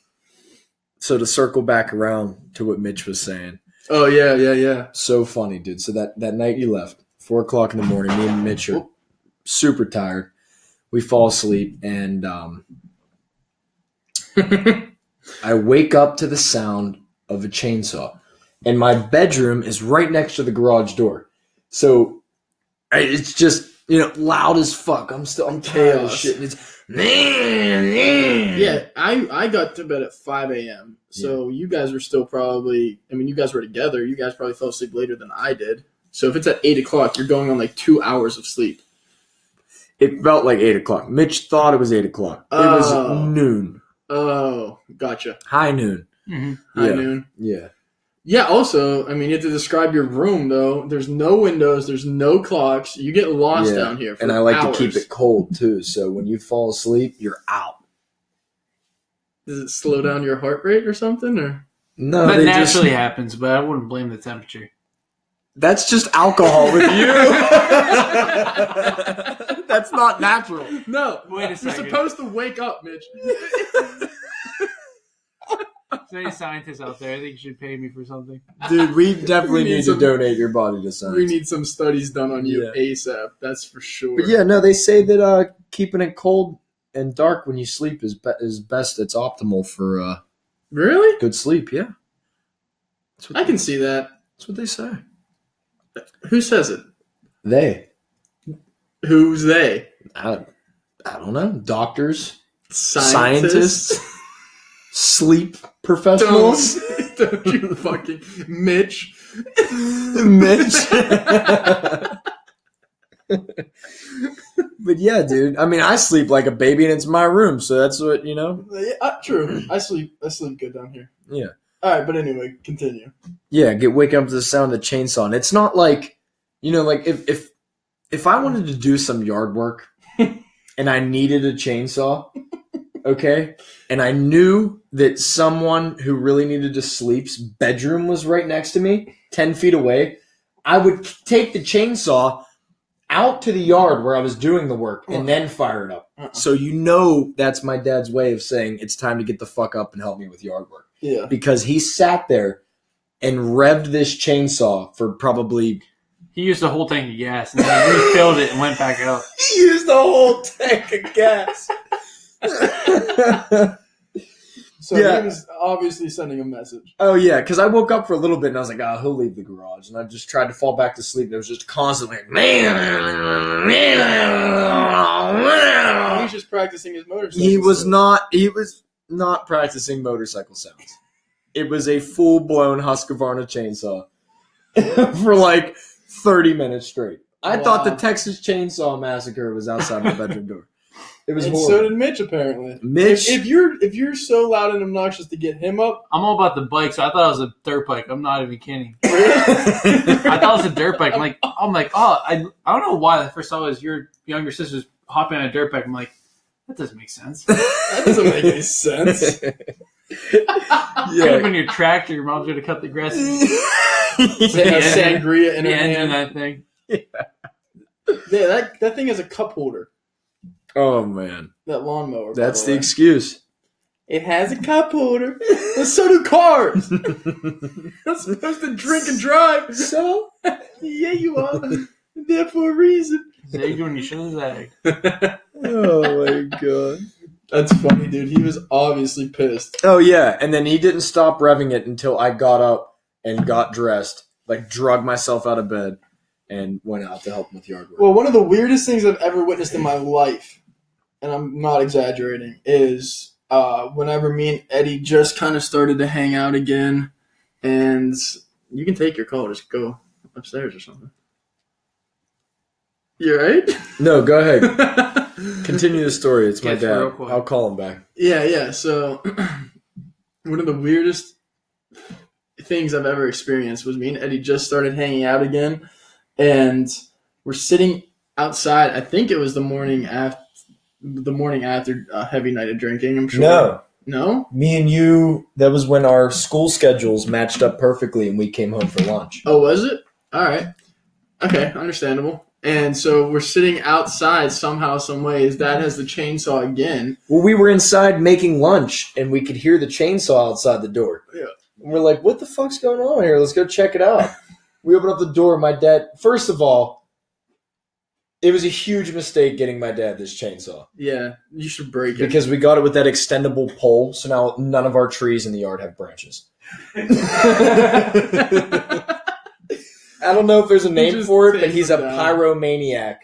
so to circle back around to what Mitch was saying,
oh yeah, yeah, yeah.
so funny, dude. So that that night you left, four o'clock in the morning, me and Mitch are super tired. We fall asleep,
*laughs*
and um, I wake up to the sound of a chainsaw, and my bedroom is right next to the garage door. So I- it's just you know loud as fuck. I'm still I'm tired as
Chaos.
shit. and It's man, man.
Yeah, I I got to bed at five a.m. So you guys were still probably. I mean, you guys were together. You guys probably fell asleep later than I did. So if it's at eight o'clock, you're going on like two hours of sleep.
It felt like eight o'clock. Mitch thought it was eight o'clock. It
Oh.
was noon,
Oh, gotcha.
high noon.
Mhm.
High
Yeah.
noon.
Yeah,
Yeah. Also, I mean, you have to describe your room though. There's no windows. There's no clocks. You get lost
Yeah,
down here. For
and I like to keep
hours.
it cold too. So when you fall asleep, you're out.
Does it slow down your heart rate or something? Or
No,
That
Oh, they
naturally
just,
happens, but I wouldn't blame the temperature.
that's just alcohol with *laughs* you. that's not natural.
*laughs* no?
Wait a
You're
second.
supposed to wake up, Mitch.
If there's any scientists out there, I think you should pay me for something.
Dude, we definitely
We need
need,
some-
to donate your body to science.
we need some studies done on you
Yeah.
ASAP. That's for sure.
but yeah, no, they say that uh, keeping it cold and dark when you sleep is be- is best. It's optimal for uh,
Really?
good sleep. Yeah, that's what,
I can see that.
that's what they say.
Who says it?
They.
Who's they?
I, I don't know. Doctors,
Scientists?
*laughs* sleep
Don't, *laughs* don't you fucking Mitch.
Mitch. but yeah, dude. I mean, I sleep like a baby, and it's my room, so that's what you know.
Yeah, uh, true. I sleep I sleep good down here.
Yeah.
Alright, but anyway, continue.
Yeah, get wake up to the sound of the chainsaw, and it's not like you know, like if if if I wanted to do some yard work and I needed a chainsaw, okay, and I knew that someone who really needed to sleep's bedroom was right next to me, ten feet away, I would take the chainsaw out to the yard where I was doing the work and then fire it up.
Uh-uh.
So you know that's my dad's way of saying it's time to get the fuck up and help me with yard work
Yeah.
because he sat there and revved this chainsaw for probably
He used the whole tank of gas and then he refilled it and went back out.
he used the whole tank of gas.
So
Yeah.
he was obviously sending a message.
oh yeah, because I woke up for a little bit and I was like, oh, he'll leave the garage, and I just tried to fall back to sleep. And it was just constantly,
He
man.
was just practicing his motorcycle.
He was
skills.
not. He was not practicing motorcycle sounds. It was a full blown Husqvarna chainsaw *laughs* for like thirty minutes straight. I thought the
Wow.
Texas Chainsaw Massacre was outside my bedroom door. It was
and
horrible.
so did Mitch apparently.
Mitch, *laughs*
If, if you're if you're so loud and obnoxious to get him up,
I'm all about the bike, so I thought it was a dirt bike. I'm not even kidding. I thought it was a dirt bike. I'm like, I'm like, oh, I, I don't know why. The first I was your younger sister's hopping on a dirt bike. I'm like, that doesn't make sense.
that doesn't make any
*laughs*
sense.
Could have
yeah.
been your tractor. Your mom's gonna cut the grass. and
They have
Yeah.
sangria in her
the engine
hand.
and that thing.
Yeah, that, that thing is a cup holder.
oh man,
That lawnmower. by
that's the
way.
excuse.
It has a cup holder. But so do
*laughs*
cars. *laughs* You're supposed to drink and drive.
So
Yeah, you *laughs* are. There for a reason.
Zag when you shouldn't zag.
Oh my god.
That's funny, dude. He was obviously pissed.
Oh yeah, and then he didn't stop revving it until I got up and got dressed, like drug myself out of bed, and went out to help him with yard work.
Well, one of the weirdest things I've ever witnessed in my life, and I'm not exaggerating, is uh, whenever me and Eddie just kind of started to hang out again, and you can take your call, just go upstairs or something. You right?
no, go ahead.
*laughs*
Continue the story. It's my
Yes,
dad.
real quick.
I'll call him back.
Yeah, yeah. So *clears throat* one of the weirdest things I've ever experienced was me and Eddie just started hanging out again, and we're sitting outside. I think it was the morning after the morning after a heavy night of drinking. I'm sure. No?
Me and you, that was when our school schedules matched up perfectly and we came home for lunch.
Oh, was it? All right. Okay, understandable. And so we're sitting outside somehow, some ways. Dad has the chainsaw again.
Well, we were inside making lunch and we could hear the chainsaw outside the door.
Yeah.
And we're like, what the fuck's going on here? Let's go check
*laughs*
it out. we open up the door. My dad, first of all, it was a huge mistake getting my dad this chainsaw
Yeah, you should break it.
because we got it with that extendable pole. So now none of our trees in the yard have branches. I don't know if there's a name
just
for it, but
takes
he's a
it down.
pyromaniac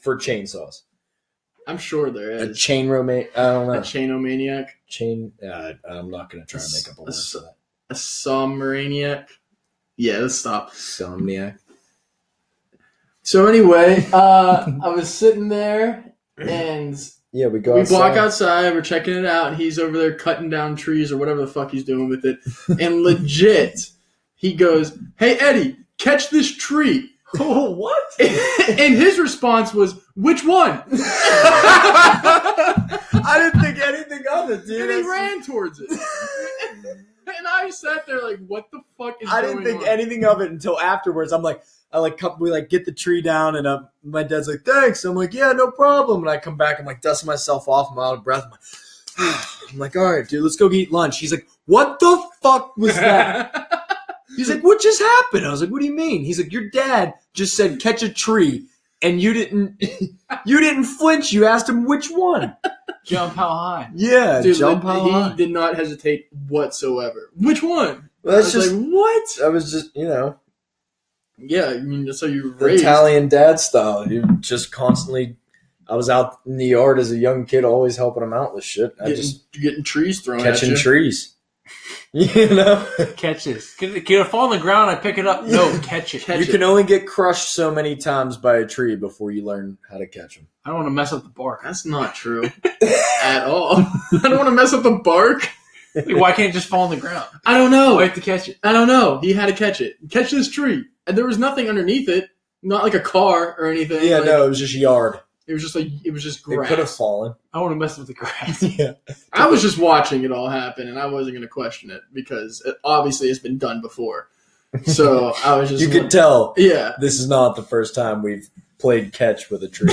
for chainsaws.
*laughs* I'm sure there
*laughs* A
is.
chain romaniac. I don't
A
know.
chainomaniac,
Chain. Uh, I'm not gonna try and make up a word for that.
a somraniac. Yeah, let's stop.
Somniac.
So anyway, uh, I was sitting there and
Yeah, we go.
we
outside.
walk outside. We're checking it out, and he's over there cutting down trees or whatever the fuck he's doing with
*laughs*
it. And legit, he goes, "Hey Eddie, catch this tree." *laughs*
Oh, what?
*laughs*
and his response was, "Which one?" *laughs*
I didn't think anything of it, dude.
and he
That's-
ran towards it. and I sat there like, "What the fuck is?"
*laughs* I didn't
going
think
on?
anything of it until afterwards. I'm like, I like, come, we like get the tree down, and um, my dad's like, thanks. I'm like, yeah, no problem. And I come back, I'm like, dusting myself off, I'm out of breath. I'm like, *sighs* I'm like, all right, dude, let's go eat lunch. He's like, what the fuck was that?
*laughs*
He's like, what just happened? I was like, what do you mean? He's like, your dad just said catch a tree, and you didn't, *laughs* you didn't flinch. You asked him which one.
Jump how high?
Yeah,
Dude,
jump
like,
how
he
high.
did not hesitate whatsoever. Which one?
Well, that's
I was
just,
like, what?
I was just, you know.
Yeah, I mean, that's how you
the
raised.
Italian dad style. You just constantly. I was out in the yard as a young kid, always helping him out with shit. I
getting,
just
getting trees thrown
catching
at you.
trees. *laughs* You know,
Catch this. Can it, can it fall on the ground? I pick it up. No, catch it.
Catch
you
it.
can only get crushed so many times by a tree before you learn how to catch them.
I don't want to mess up the bark.
That's not
*laughs*
true at all. *laughs* I don't want to mess up the bark.
Like, why can't it just fall on the ground?
I don't know.
Oh, I have to catch it.
I don't know. He had to catch it. Catch this tree. And there was nothing underneath it. Not like a car or anything.
Yeah,
Like,
no, it was just yard.
It was just like it was just
It could have
grass.
fallen. *laughs*
I want to mess with the grass.
yeah,
I was just watching it all happen, and I wasn't going to question it because it, obviously it's been done before. So I was just
*laughs* you could tell
yeah.
this is not the first time we've played catch with a tree.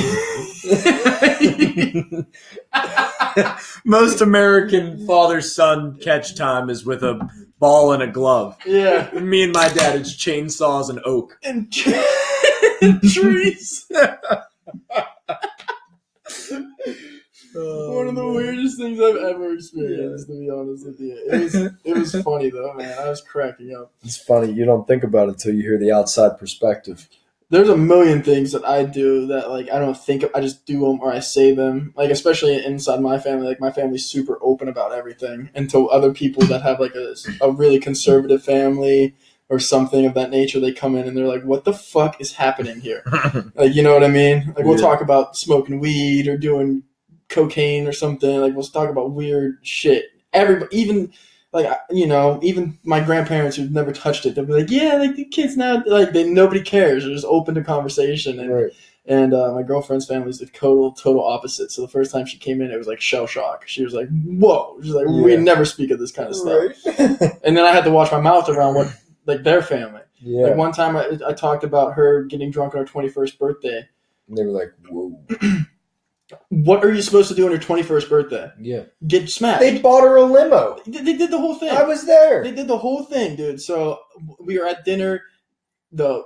Most American father-son catch time is with a ball and a glove.
*laughs* yeah.
And me and my dad, it's chainsaws and oak.
and trees. One of the weirdest things I've ever experienced, to be honest with you. It was it was funny though, man. I was cracking up.
It's funny, you don't think about it until you hear the outside perspective.
There's a million things that I do that like I don't think I just do them or I say them. Like especially inside my family, like my family's super open about everything. And to other people that have like a, a really conservative family or something of that nature, they come in and they're like, "What the fuck is happening here?"
*laughs*
Like, you know what I mean? Like, we'll
Yeah.
talk about smoking weed or doing cocaine or something. Like, we'll talk about weird shit. Every even like I- you know, even my grandparents who've never touched it, they'll be like, "Yeah, like the kids now, like they nobody cares. They're just open to conversation." And
right.
and uh, my girlfriend's family's the total total opposite. So the first time she came in, it was like shell shock. She was like, "Whoa!" She's like, "We
Yeah.
never speak of this kind of stuff."
Right.
And then I had to watch my mouth around what like their family.
*laughs* yeah.
Like one time, I, I talked about her getting drunk on her twenty first birthday.
And they were like, whoa.
What are you supposed to do on your 21st birthday?
Yeah.
Get smacked.
They
They,
bought her a limo.
they did the whole thing.
I was there.
they did the whole thing, dude. So we were at dinner. The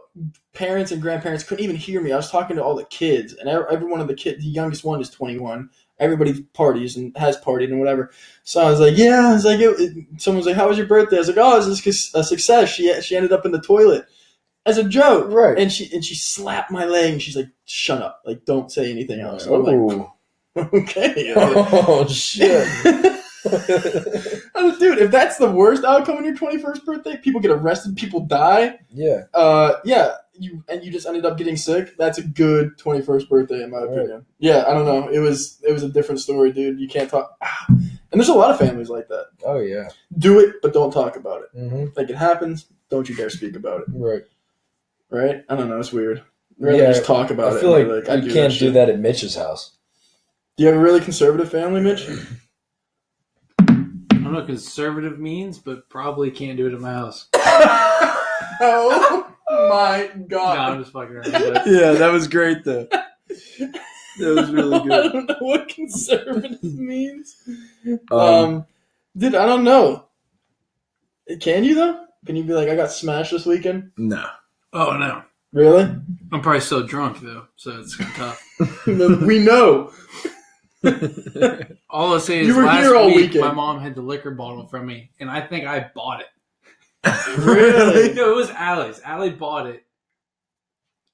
parents and grandparents couldn't even hear me. I was talking to all the kids, and ev- every one of the kids, the youngest one is 21. Everybody parties and has partied and whatever. So I was like, yeah. I was like, it, it- someone's like, how was your birthday? I was like, oh, it was just a success. She she ended up in the toilet as a joke,
Right.
And she and she slapped my leg, and she's like, shut up, like don't say anything else. I'm like,
Ooh.
*laughs* okay.
*laughs* oh, shit.
I was- Dude, if that's the worst outcome on your 21st birthday, people get arrested, people die.
yeah.
Uh, yeah, you and you just ended up getting sick. That's a good 21st birthday, in my
Right.
opinion. Yeah, I don't know. It was it was a different story, dude. You can't talk. Ah. And there's a lot of families like that.
Oh, yeah.
Do it, but don't talk about it.
Mm-hmm.
Like it happens, don't you dare speak about it.
Right.
Right? I don't know. It's weird. Really,
Yeah,
just talk about it.
I feel
and
like,
be
you can't do
shit.
that at Mitch's house.
Do you have a really conservative family, Mitch?
don't know what conservative means, but probably can't do it at my *laughs* house.
oh my
No, I'm
god.
just fucking around. But
Yeah, that was great though. That was
*laughs*
really
I
good.
don't know what conservative means.
Um,
Um, dude, I don't know. Can you though? Can you be like, I got smashed this weekend?
no.
oh no,
Really? *laughs*
I'm probably still drunk though, so it's kind of tough.
we know.
All I'll say is
You were
last
here all
week
weekend.
my mom had the liquor bottle from me, and I think I bought *laughs* it.
Really?
No, it was Allie's. Allie bought it.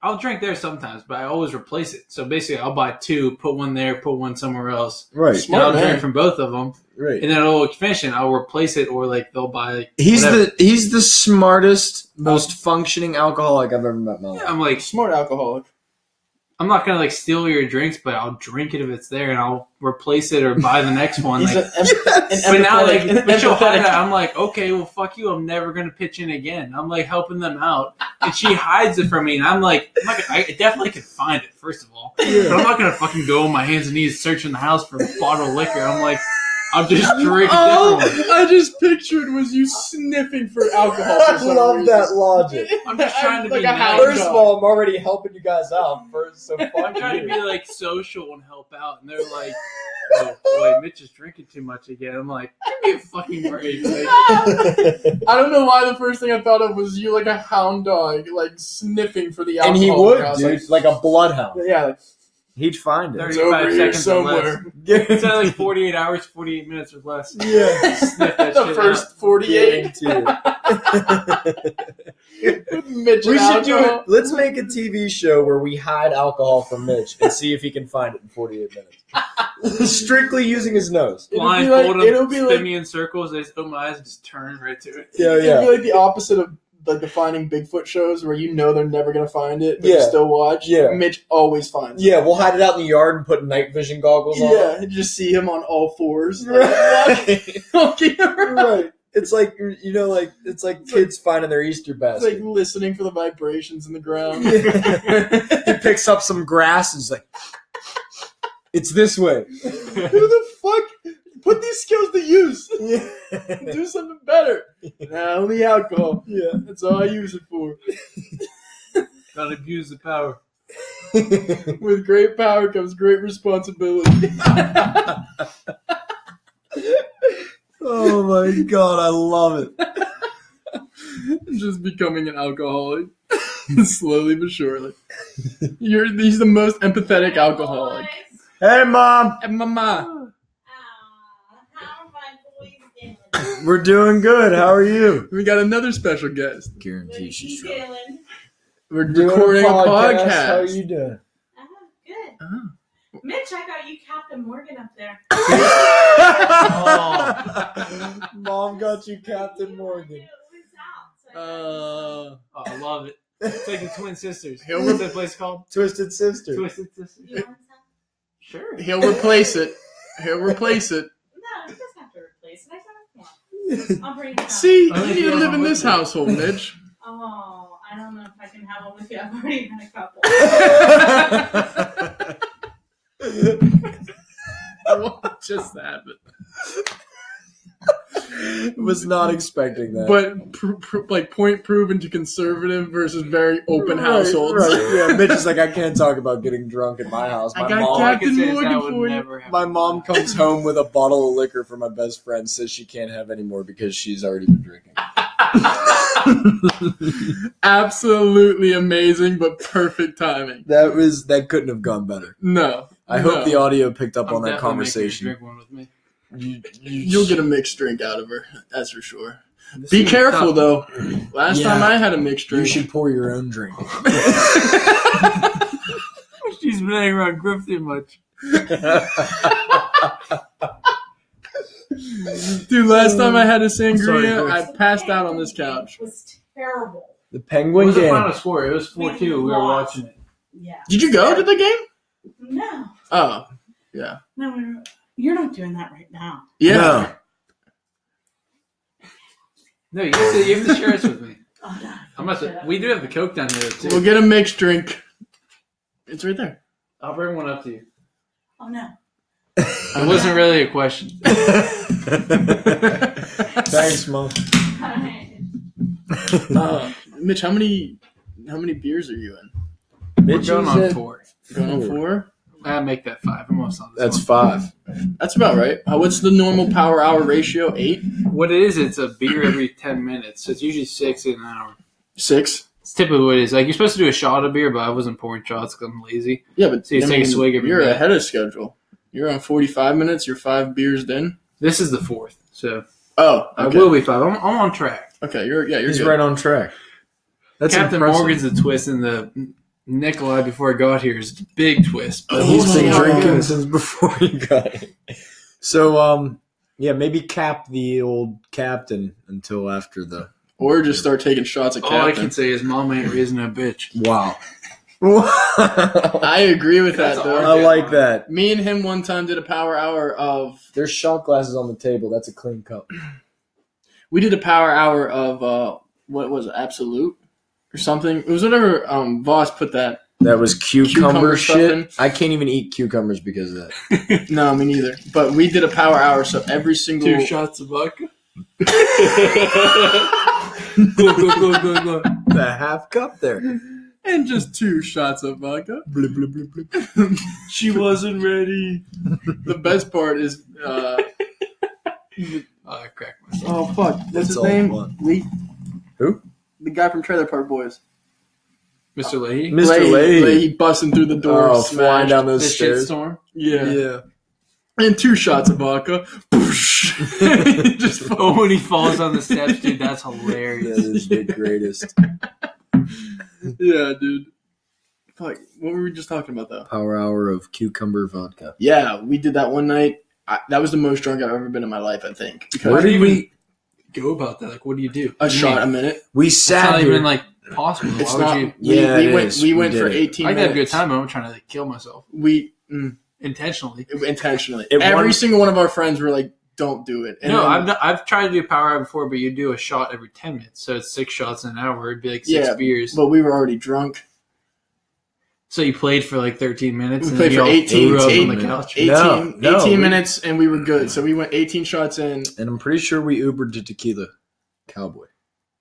I'll drink there sometimes, but I always replace it. So basically, I'll buy two, put one there, put one somewhere else,
Right,
and I'll
Smart man.
drink from both of them.
right.
And then I'll finish it. I'll replace it, or like they'll buy. Like,
He's
whatever.
the he's the smartest, most functioning alcoholic I've ever met in my life.
Yeah, I'm like,
Smart alcoholic.
I'm not gonna like steal your drinks, but I'll drink it if it's there, and I'll replace it or buy the next one.
He's
Like,
an, em-
Yes!
an
*laughs* but now,
empathetic,
like,
an
but she'll hide
empathetic-
that. I'm like, okay, well, fuck you. I'm never gonna pitch in again. I'm like helping them out, and she hides it from me, and I'm like, I'm not gonna, I definitely can find it first of all, but I'm not gonna fucking go on my hands and knees searching the house for a bottle of liquor. I'm like, I'll
*laughs*
just drink a
All
different one.
Oh, I just pictured was you sniffing for alcohol.
*laughs* *laughs* I
for some
love
reason.
that
*laughs*
logic.
I'm just trying to
like
be
a
nice.
hound
First
dog.
of all, I'm already helping you guys out. First, so fuck
I'm trying to
you.
be like social and help out, and they're like, oh boy, Mitch is drinking too much again. I'm like, give me a fucking break. Like,
*laughs*
*laughs* I don't know why the first thing I thought of was you like a hound dog, like sniffing for the alcohol.
and he would,
I was
dude, like, a bloodhound.
Like, yeah, like,
He'd find
it's
it.
Thirty- 35
over here
seconds or less.
somewhere.
It's at like 48 hours, 48 minutes or less.
*laughs*
yeah.
*laughs* Sniff that
the
shit
first forty-eight.
Guaranteed.
with Mitch
we should do
alcohol.
it. Let's make a TV show where we hide alcohol from Mitch and see if he can find it in 48 minutes. Strictly using his nose.
It'll be like-
Blindfold
it'll
them,
be
spin
like-
me in circles. I just open my eyes and just turn right to it.
Yeah,
It'd
yeah.
be like the opposite of like the finding Bigfoot shows where you know they're never gonna find it, but you
Yeah.
still watch.
Yeah.
Mitch always finds. it.
Yeah, we'll hide it out in the yard and put night vision goggles on. *laughs*
Yeah, you just see him on all fours. Like,
Right.
walking around.
right. It's like you know, like it's like kids finding their Easter
It's like
basket.
listening for the vibrations in the ground.
*laughs* he picks up some grass and is like, "It's this way."
Who *laughs* the fuck put these skills to use?
Yeah.
Do something
*laughs*
better. Nah, only alcohol.
yeah.
That's all I use it for.
Don't abuse the power.
With great power comes great responsibility.
*laughs*
*laughs*
oh my god, I love it.
Just becoming an alcoholic. *laughs* Slowly but surely. You're he's the most empathetic alcoholic.
Hey, mom,
And mama.
*laughs*
we're doing good. How are you?
We got another special guest.
Guarantee she's drunk.
We're recording a podcast.
How are you doing?
Oh.
Mitch, I got you Captain Morgan up there.
Oh.
*laughs* Mom got you, Captain Morgan.
Uh,
Oh, I love it. It's like the Twin Sisters.
He'll-
What's that place called?
Twisted sister.
Twisted Sisters.
You want some?
Sure.
he'll replace it. He'll replace
*laughs*
it.
No, you just have to replace it. I got one. I'll bring it up.
See, you
I think
need to
you're
live in
with
this
me.
household,
*laughs*
Mitch.
Oh, I don't know if I can have one with you. I've already had a *laughs* couple.
what just happened?
*laughs* Was not expecting that.
But pr- pr- like point proven to conservative versus very open
Right,
households.
right, *laughs* Yeah, Mitch is like, I can't talk about getting drunk at my house.
I
My
got
mom,
All I can
Captain
say is that
Morgan
would
for you.
never happen.
my mom comes home with a bottle of liquor for my best friend, says she can't have any more because she's already been drinking.
Absolutely amazing, but perfect timing.
That was that couldn't have gone better.
No,
I
no.
hope the audio picked up
I'm
on that
definitely making her
conversation.
Drink one with me.
You,
you'll get a mixed drink out of her. That's for sure. Be careful though. Last
Yeah.
time I had a mixed
You
drink,
should pour your own *laughs* drink.
She's been hanging around Griff too much.
*laughs* dude. Last time I had a
sorry,
sangria,
Chris.
I passed out on this couch.
It was terrible.
The
What
Penguin
was the
Game.
final score? It was 4 2. We were
Lost.
watching it.
Yeah.
Did you go to the game?
No.
Oh,
No, no, no. you're not doing that right now.
yeah.
No.
No, you have to, you have to share this with me.
Oh, no.
I'm not, we do have the Coke down here, too.
We'll get a
*laughs*
mixed drink. It's right there.
I'll bring one up to you.
Oh, no.
It wasn't really a question.
*laughs* Thanks, mom.
Alright.
Uh, Mitch, how many how many beers are you in?
We're going on four.
Going on four?
I make that five. I'm almost on this
That's
one.
five.
That's about right. Uh, what's the normal power hour ratio? Eight,
What it is, it's a beer every 10 minutes. So it's usually six in an hour.
six.
It's typically what it is. Like, you're supposed to do a shot of beer, but I wasn't pouring shots because I'm lazy.
Yeah, but
So you take a swig every
you're
day.
ahead of schedule. You're on forty five minutes. You're five beers in.
This is the fourth. So
Oh,
I
okay.
will be five. I'm, I'm on track.
Okay, you're yeah, you're
He's
good.
right on track. That's
Captain
impressive.
Morgan's a twist, and the Nikolai before I got here is a big twist. But
Oh,
He's been
my God.
drinking since before he got it. So, um, yeah, maybe cap the old captain until after the.
Or just start taking shots at
All Oh, I
Captain.
can say is mom ain't raising no bitch.
Wow. *laughs*
I,
I
agree with that
That's
though.
all
like that.
Me and him one time did a power hour of
There's shot glasses on the table. That's a clean cup.
we did a power hour of uh what was it, absolute or something. It was whatever um Voss put that. *laughs*
That was cucumber,
Cucumber
shit.
stuffing.
I can't even eat cucumbers because of that.
No, me neither. But we did a power hour, so every single
Two shots of *laughs* vodka. go, go, go, go, go.
the half cup there.
and just two shots of *laughs* vodka.
She wasn't ready.
The best part is uh
Oh, I cracked myself.
oh fuck, what's
That's
his
all
name?
fun.
Lee.
Who?
The guy from Trailer Park Boys.
Mr. Leahy?
Mr. Leahy.
Leahy busting through the door,
Oh, flying
smashed.
down those
The
stairs.
shitstorm.
Yeah. and two shots of vodka. *laughs*
Just *laughs* oh, when he falls on the steps, dude, that's
That
hilarious.
is *laughs* the greatest
yeah, dude. Fuck, what were we just talking about though?
power hour of cucumber vodka.
Yeah, we did that one night. I, that was the most drunk I've ever been in my life, I think. Because
Where
do
did
you
we?
*laughs* Go about that. Like, what do you do?
a shot a minute.
We
It's not
sat
even
here.
like possible.
It's
Why
not.
would you?
We,
Yeah,
we
it
went.
is.
We
We
went
did
for
it.
eighteen.
I could have a good
minutes.
time, but I'm trying to like kill myself
We mm,
intentionally.
intentionally.
It
Every
won-
single one of our friends were like, "Don't do it."
no,
then-
I've not, I've tried to do power hour before, but you do a shot every ten minutes, so it's six shots in an hour. It'd be like six
Yeah,
beers.
But we were already drunk.
so you played for like thirteen minutes.
We
and
played
then
for
you all
18,
threw up on the
18,
couch.
Eighteen,
No, no,
18
we-
minutes, and we were good. So we went eighteen shots in.
And I'm pretty sure we Ubered to Tequila Cowboy.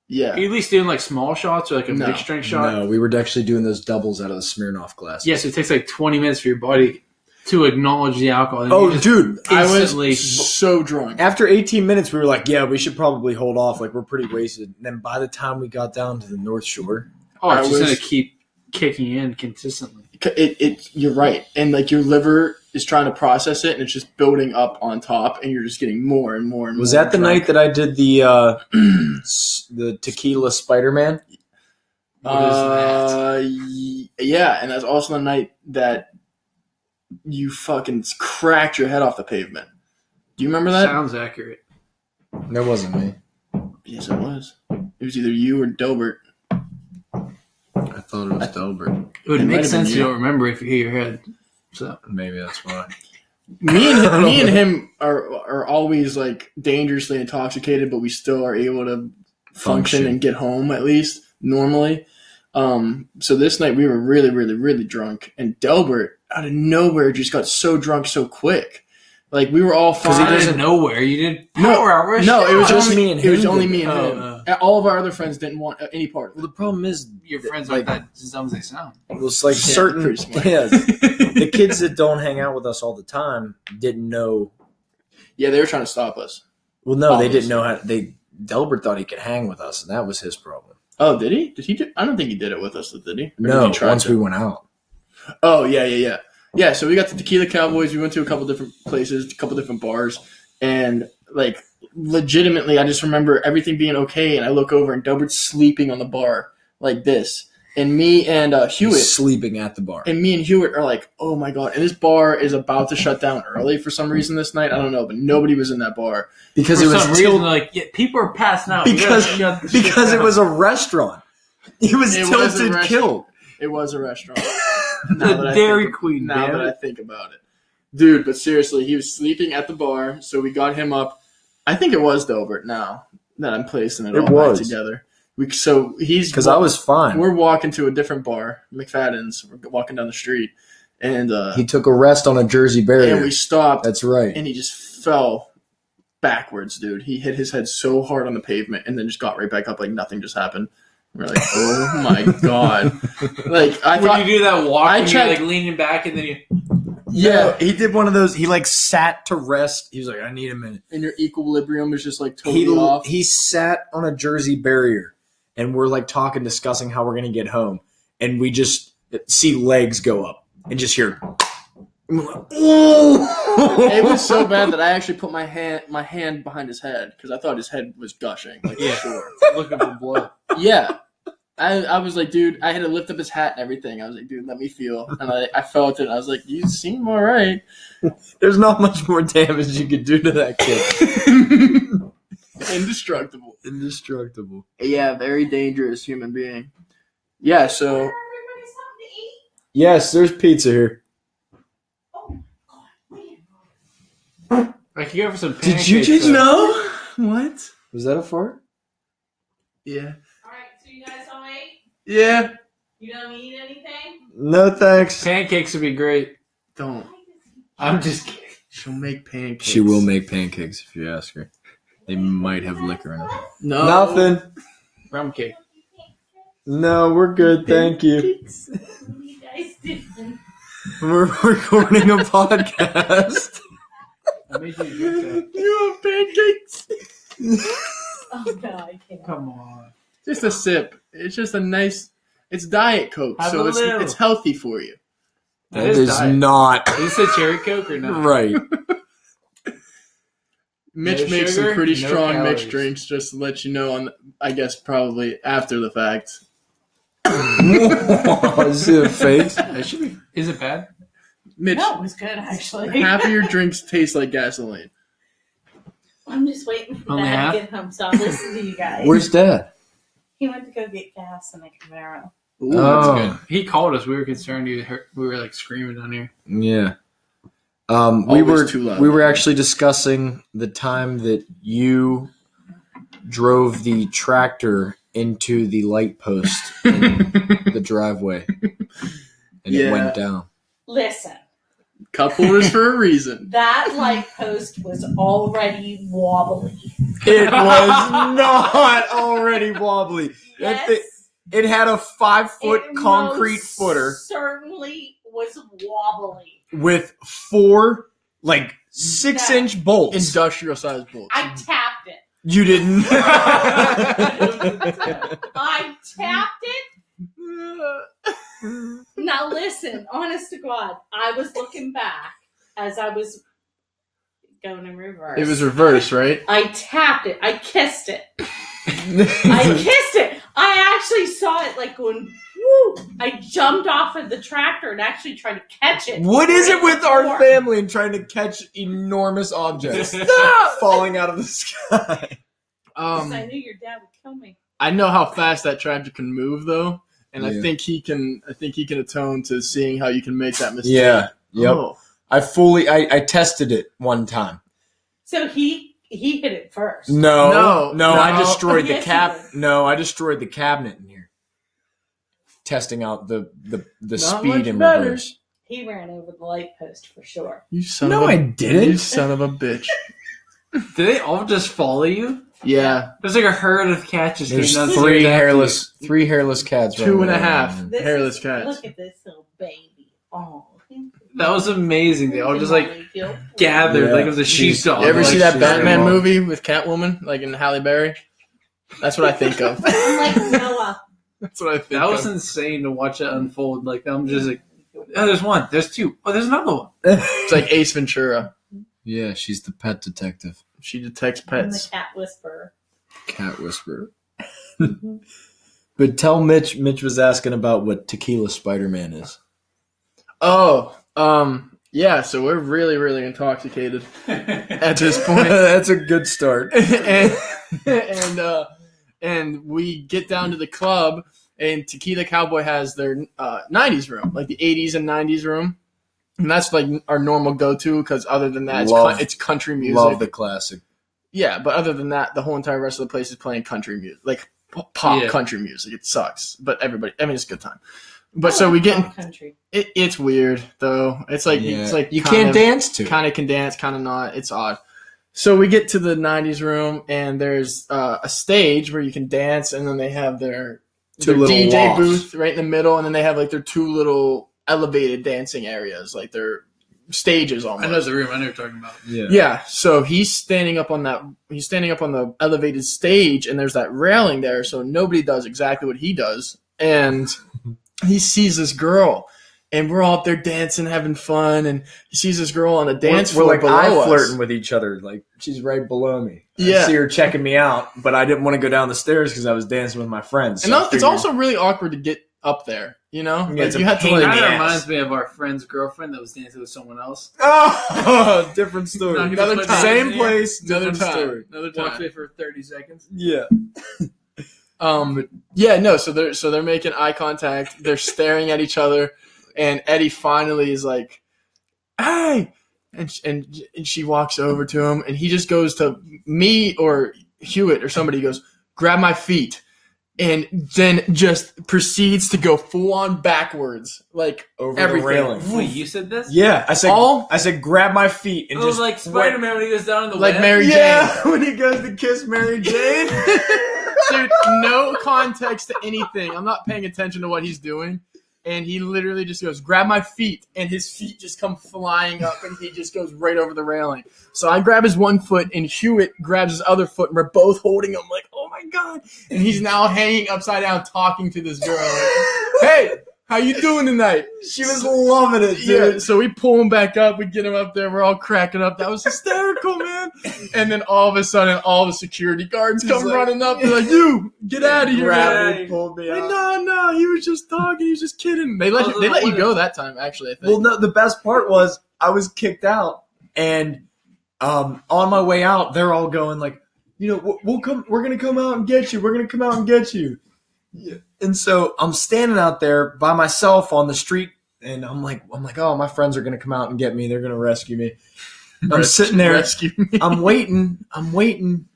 Yeah,
Are you at least doing like small shots or like a
No,
big strength shot?
No, we were actually doing those doubles out of the Smirnoff glass.
Yes, it takes like twenty minutes for your body to acknowledge the alcohol. and you
Oh,
just
dude.
I
instantly-
was so drunk.
After 18 minutes, we were like, yeah, we should probably hold off. Like, we're pretty wasted. And then by the time we got down to the North Shore,
oh, it's
I
just
was-
gonna keep kicking in consistently.
It, it, you're right, and like your liver is trying to process it, and it's just building up on top, and you're just getting more and more and
was
more
that the
drunk.
night that I did the uh, *clears throat* s- the tequila Spider Man?
What is that?
Uh, y- yeah, and that's also the night that you fucking cracked your head off the pavement. Do you remember that?
Sounds accurate.
That wasn't me.
yes, it was. It was either you or
*laughs*
Delbert.
I thought it was Delbert.
It would
It might
make
have
sense
been
you
you.
don't remember if you hit your head. So
Maybe that's why.
Me and me and him are are always like dangerously intoxicated, but we still are able to function,
Function.
and get home at least normally. Um, so this night we were really, really, really drunk, and Delbert out of nowhere just got so drunk so quick. Like we were all fine.
because he doesn't know where you did power hour.
No, it was
Only
just
me
me
and
and It was
him
only
did
me
it.
and him.
Oh,
And All of our other friends didn't want uh, any part of
Well,
it.
the problem is,
your friends
like-
aren't that dumb as they sound.
it was like
Yeah,
certain.
pretty smart.
Yeah, the
*laughs*
kids that don't hang out with us all the time didn't know.
Yeah, they were trying to stop us.
Well, no, they
Follows.
didn't know how. They Delbert thought he could hang with us, and that was his problem.
Oh, did he? Did he? Do, I don't think he did it with us, did he? Or did
No,
he try
once
to?
we went out,
Oh, yeah, yeah, yeah, yeah. So we got the Tequila Cowboys. We went to a couple different places, a couple different bars, and like legitimately, I just remember everything being okay. And I look over, and Delbert's sleeping on the bar like this, and me and uh,
he
Hewitt.
was sleeping at the bar.
and me and Hewitt are like, oh my god! And this bar is about to shut down early for some reason this night. I don't know, but nobody was in that bar.
because
For
it was
some
till-
reason, like yeah, people are passing out We gotta
Because-
shut
*laughs*
this
because
shit
it
down.
was a restaurant. It was
It was a
tilted
restaurant.
killed.
It was a restaurant.
*laughs*
The
that I
Dairy
think,
Queen,
Now
damn
that I
it.
think about it, dude. But seriously, he was sleeping at the bar, so we got him up. I think it was Delbert. Now that I'm placing it,
It
all back
was.
together. We, so he's
Because I was fine.
We're walking to a different bar, McFadden's. We're walking down the street, and uh,
He took a rest on a Jersey
and
barrier.
we stopped,
That's right.
and he just fell backwards, dude. He hit his head so hard on the pavement, and then just got right back up like nothing just happened. We're like, oh my
*laughs*
god! Like I
when
thought,
you do that walk,
I
and you're
tried-
like leaning back, and then you *laughs*
yeah,
he did one of those. He like sat to rest. He was like, I need a minute.
and your equilibrium is just like totally *laughs*
He
off.
he sat on a Jersey barrier, and we're like talking, discussing how we're gonna get home, and we just uh, see legs go up and just hear. And we're like, "Ooh!"
it was
*laughs*
so bad that I actually put my hand my hand behind his head because I thought his head was gushing. Like,
Yeah.
sure.
looking for blood.
yeah. I, I was like, dude, I had to lift up his hat and everything. I was like, dude, let me feel. And I, I felt it. I was like, you seem all *laughs* right.
There's not much more damage you could do to
*laughs*
that kid.
Indestructible.
Indestructible.
Yeah, very dangerous human being. Yeah, so.
Everybody's something to eat.
Yes, there's pizza here.
Oh, God, man.
I could go for some.
Did you
pancakes,
just
though.
No? What?
Was that a fart?
Yeah.
All right, so you guys all ate?
Yeah.
You don't eat anything?
No thanks.
Pancakes would be great.
Don't.
I'm just kidding.
She'll make pancakes.
She will make pancakes if you ask her. They might have liquor in it.
No.
Nothing.
rum cake.
No, we're good. Thank you.
You guys didn't.
We're *laughs* recording a podcast.
I made you do
*laughs* You have pancakes.
Oh, no, I can't.
that. Come on.
Just a sip. It's just a nice. It's Diet Coke,
Have
so
a
it's,
little.
it's healthy for you.
That
*laughs* That
is
is
diet.
not *laughs*
Is this a cherry coke or not?
right. *laughs*
Mitch
No
makes
sugar,
some pretty
no
strong
calories.
mixed drinks, just to let you know. On I guess probably after the fact.
See the face?
That should be. Is it bad?
Mitch,
No, it was good, actually.
half of your drinks taste like gasoline.
*laughs* I'm just waiting for
Only
Dad
half?
to get home, so I'll listen to you guys.
Where's Dad?
he went to go get gas in the Camaro.
Ooh,
Oh.
That's good. He called us. We were concerned. He heard, we were like screaming down here.
Yeah. Um, we
Always
were
too loud.
we were actually discussing the time that you drove the tractor into the light post in the driveway, and it
Yeah.
went down.
Listen,
*laughs* Couple is for a reason.
that light post was already wobbly.
*laughs* It was *laughs* not already wobbly. That
Yes,
thi- It had a five foot
it
concrete
most
footer
Certainly was wobbly.
with four like six
That-
inch bolts.
*laughs* Industrial sized bolts.
I
Mm.
tapped it.
you
*laughs*
didn't.
I tapped it. Now listen, honest to God, I was looking back as I was going in reverse.
It was reverse, right?
I tapped it. I kissed
*laughs*
it. I kissed it. I actually saw it like going. Woo! I jumped off of the tractor and actually tried to catch
*laughs*
it.
What is it with
Before-
our
*laughs*
family and trying to catch
*laughs*
enormous objects falling out of the sky?
Um,
I knew your dad would kill me.
I know how fast that tractor can move, though, and I
Yeah.
think he can. I think he can atone to seeing how you can make that mistake.
*laughs* Yeah. Yep.
Oh.
I fully I, I tested it one time.
So he he hit it first.
No.
No,
No, I
no.
destroyed the
Yes,
*laughs*
you
cap
did.
No, I destroyed the cabinet in here. Testing out the the, the
Not much
speed in
better.
reverse.
He ran over the light post for sure.
You son
no,
of a
I
you
didn't.
son of a
*laughs*
bitch.
Did they all just follow you?
Yeah,
There's like a herd of cats just
There's
came down
three
straight after
hairless three hairless cats.
Two
running
and a
around.
half.
This
Hairless
is,
cats.
Look at this little baby. Oh,
you. That was amazing. They all just like gathered
Yeah.
like it was a sheepdog.
you ever
like,
see that
she's
Batman
a mom.
movie with Catwoman, like in Halle Berry? That's what I think of.
*laughs* I'm like Noah.
*laughs* That's what I think.
That was
of.
insane to watch that unfold. Like I'm just like, oh, there's one, there's two, oh, there's another one.
It's like Ace Ventura.
yeah, she's the pet detective,
She detects
I'm the
pets.
cat whisperer.
cat whisperer. but tell Mitch. Mitch was asking about what tequila Spider Man *laughs* is.
Oh, um, yeah. So we're really, really intoxicated
*laughs*
at this
Oh,
point,
That's a good start.
and *laughs* and uh, and we get down to the club, and Tequila Cowboy has their uh, '90s room, like the '80s and '90s room, and that's like our normal go-to because other than that, it's,
Love-
coun- it's country music.
Love the classic.
Yeah, but other than that, the whole entire rest of the place is playing country music, like p- pop
Yeah.
country music. It sucks, but everybody, I mean, it's a good time. But so we get in,
Cross country.
it, it's weird though. It's like it's like
you
kind
can't
of-
dance to. it.
kind of can dance, kind of not. It's odd. So we get to the '90s room, and there's uh, a stage where you can dance, and then they have their,
Two
their
little
DJ
lofts.
booth right in the middle, and then they have like their two little elevated dancing areas, like their stages
I
almost.
know the room. I know what you're talking about.
yeah.
Yeah, so he's standing up on that he's standing up on the elevated stage and there's that railing there so nobody does exactly what he does
*laughs*
and he sees this girl and we're all up there dancing having fun and he sees this girl on a dance
we're,
floor
we're like eye
below us.
flirting with each other. Like she's right below me. I
Yeah.
see her checking me out, but I didn't want to go down the stairs because I was dancing with my friends.
And
so I
it's
figured-
also really awkward to get up there, you know?
Yeah, it's
like, you
a
have to
pain in
like
the
That
ass.
reminds me of our friend's girlfriend that was dancing with someone else.
*laughs* oh, different story.
No, he was
Another
putting
time.
his
Same
hand in.
place,
another
different
time.
story.
Another
Walked
time.
away for 30 seconds.
Yeah.
Um yeah, no, so they're so they're making eye contact, they're staring at each other, and Eddie finally is like hey and sh- and, and she walks over to him and he just goes to me or hewitt or somebody He goes grab my feet and then just proceeds to go full on backwards like
Over
Everything.
the railing.
Wait, you said this?
Yeah, I said.
All-
I said, grab my feet and
It
just
was like
went-
Spider Man when he goes down in the
Like
web.
Mary-
Yeah, *laughs* when he goes to kiss Mary
*laughs*
Jane.
there's no context to anything i'm not paying attention to what he's doing and he literally just goes grab my feet and his feet just come flying up and he just goes right over the railing so i grab his one foot and hewitt grabs his other foot and we're both holding him like oh my god and he's now hanging upside down talking to this girl like, hey how you doing tonight
she was loving it,
yeah,
dude.
so we pull him back up, we get him up there, we're all cracking up. That was hysterical, *laughs* man. And then all of a sudden, all the security guards come
like-
running up. They're like, you,
*laughs*
get out of here. man."
Grabbed me,
Right.
pulled me
Like,
out.
no, no, he was just talking, he was just kidding. They let, you, they let you go that time, actually, I think.
Well, no, the best part was I was kicked out, and um, on my way out, they're all going like, you know, "We'll- we'll come, we're gonna come out and get you, we're gonna come out and get you. Yeah. And so I'm standing out there by myself on the street, and I'm like, I'm like, oh, my friends are gonna come out and get me, they're gonna rescue me. I'm
Res-
sitting there,
Rescue *laughs* me.
I'm waiting. I'm waiting.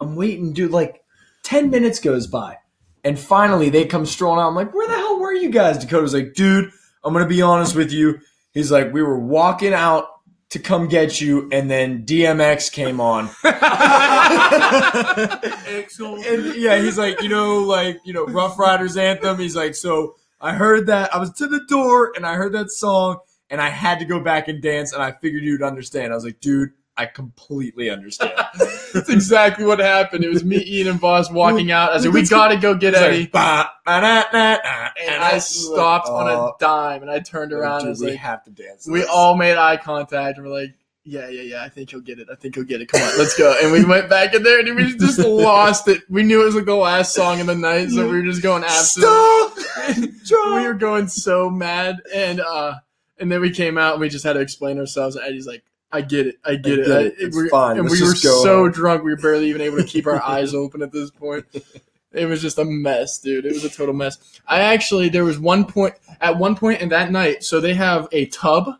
I'm waiting, dude. Like ten minutes goes by, and finally they come strolling out. I'm like, "Where the hell were you guys?" Dakota's like, "Dude, I'm gonna be honest with you." He's like, "We were walking out to come get you, and then DMX came on." *laughs*
Excellent.
and yeah, he's like, you know, like you know, Rough Riders anthem. He's like, so I heard that I was to the door and I heard that song and I had to go back and dance and I figured you'd understand. I was like, dude, I completely understand.
That's exactly what happened. It was me, Ian, and Boss walking out. I said, we
Let's
gotta go get
He's like,
Eddie.
"Ba, ba, na, na, na,"
and I
was like,
stopped on
"Oh,
a dime and I turned around
dude,
and was
we
like,
have to dance.
we all made eye contact and we're like, yeah, yeah, yeah, I think he'll get it. I think he'll get it. Come on, let's go. And we went back in there and we just lost it. We knew it was like the last song of the night, so we were just going absolutely.
*laughs* stop.
We were going so mad, and uh, and then we came out and we just had to explain ourselves. And Eddie's like, "I get it, I get
I
it,
get
I-
it. It's
we're-
fine.
And
Let's
we were
just go
so
home."
drunk, we were barely even able to keep
*laughs*
our eyes open at this point. It was just a mess, dude. It was a total mess. I actually there was one point at one point in that night. So they have a tub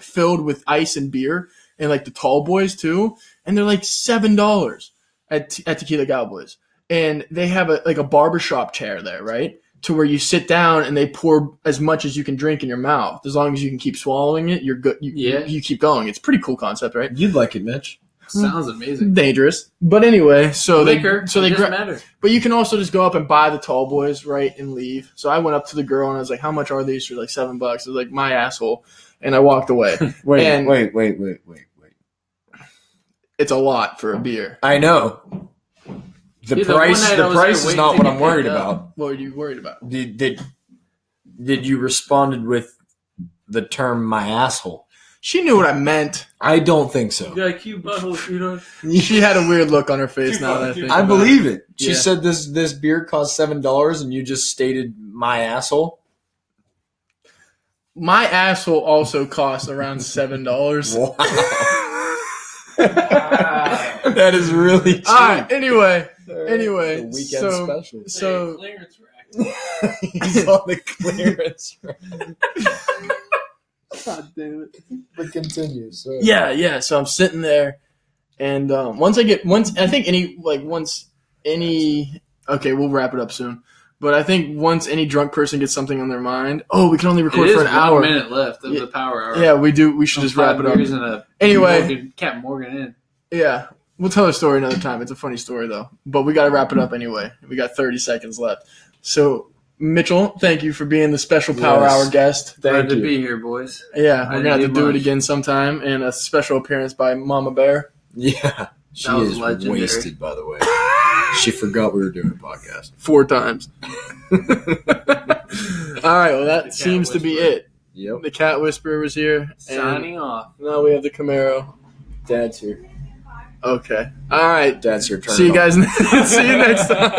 filled with ice and beer, and like the tall boys too, and they're like seven dollars at Te- at Tequila Cowboys, and they have a like a barbershop chair there, right? To where you sit down and they pour as much as you can drink in your mouth, as long as you can keep swallowing it, you're good. You,
Yeah.
you keep going. It's a pretty cool concept, right?
You'd like it, Mitch.
Sounds amazing.
Dangerous, but anyway, so
Liquor,
they so
it
they gra-
doesn't
*laughs*
matter.
but you can also just go up and buy the tall boys, right, and leave. So I went up to the girl and I was like, "How much are these?" She was like, seven bucks." I was like, "My asshole," and I walked
*laughs*
away.
Wait,
And-
wait, wait, wait, wait, wait.
it's a lot for a beer.
I know. The
Dude, the one
price,
night I
the
was there
price is
waiting
not
to
what
get
I'm worried
picked up.
about.
What are you worried about?
did did, did you responded with the term my asshole?
She knew what I meant.
I don't think so.
You're like, you butthole shooter.
She had a weird look on her face now that I think.
I
about it.
believe it. She
Yeah.
said this this beer cost seven dollars and you just stated my asshole.
my asshole also costs
*laughs*
around seven dollars. All
Wow. *laughs* that is really cheap.
right. Anyway, anyway,
the weekend
so-
special.
So-
Clearance rack. *laughs*
He's on the clearance. rack. God damn it. *laughs* But continue. So.
yeah, yeah. So I'm sitting there, and um, once I get once I think any like once any okay, we'll wrap it up soon. But I think once any drunk person gets something on their mind, oh, we can only record
It
for an
is
hour.
One minute left of
Yeah.
the power hour.
Yeah, we do. We should just wrap it up.
up.
Anyway,
Captain Morgan in.
yeah, we'll tell a story another time. It's a funny story though, but we got to wrap it up anyway. We got 30 seconds left. So Mitchell, thank you for being the special Power
Yes.
Hour guest.
Thank
Glad to
you.
be here, boys.
Yeah,
I
we're gonna have to
didn't do
do it
much.
again sometime, and a special appearance by Mama Bear.
Yeah. She
That was
is
legendary.
wasted, by the way. she forgot we were doing a podcast.
Four *laughs* times. All right, well,
The
that
cat
seems to be
whisperer.
it.
Yep.
The Cat Whisperer was here. And
Signing off.
now we have the Camaro.
Dad's here.
Okay. All right.
Dad's here. Turn
See
it
you
on.
guys. *laughs* *laughs* See you next time.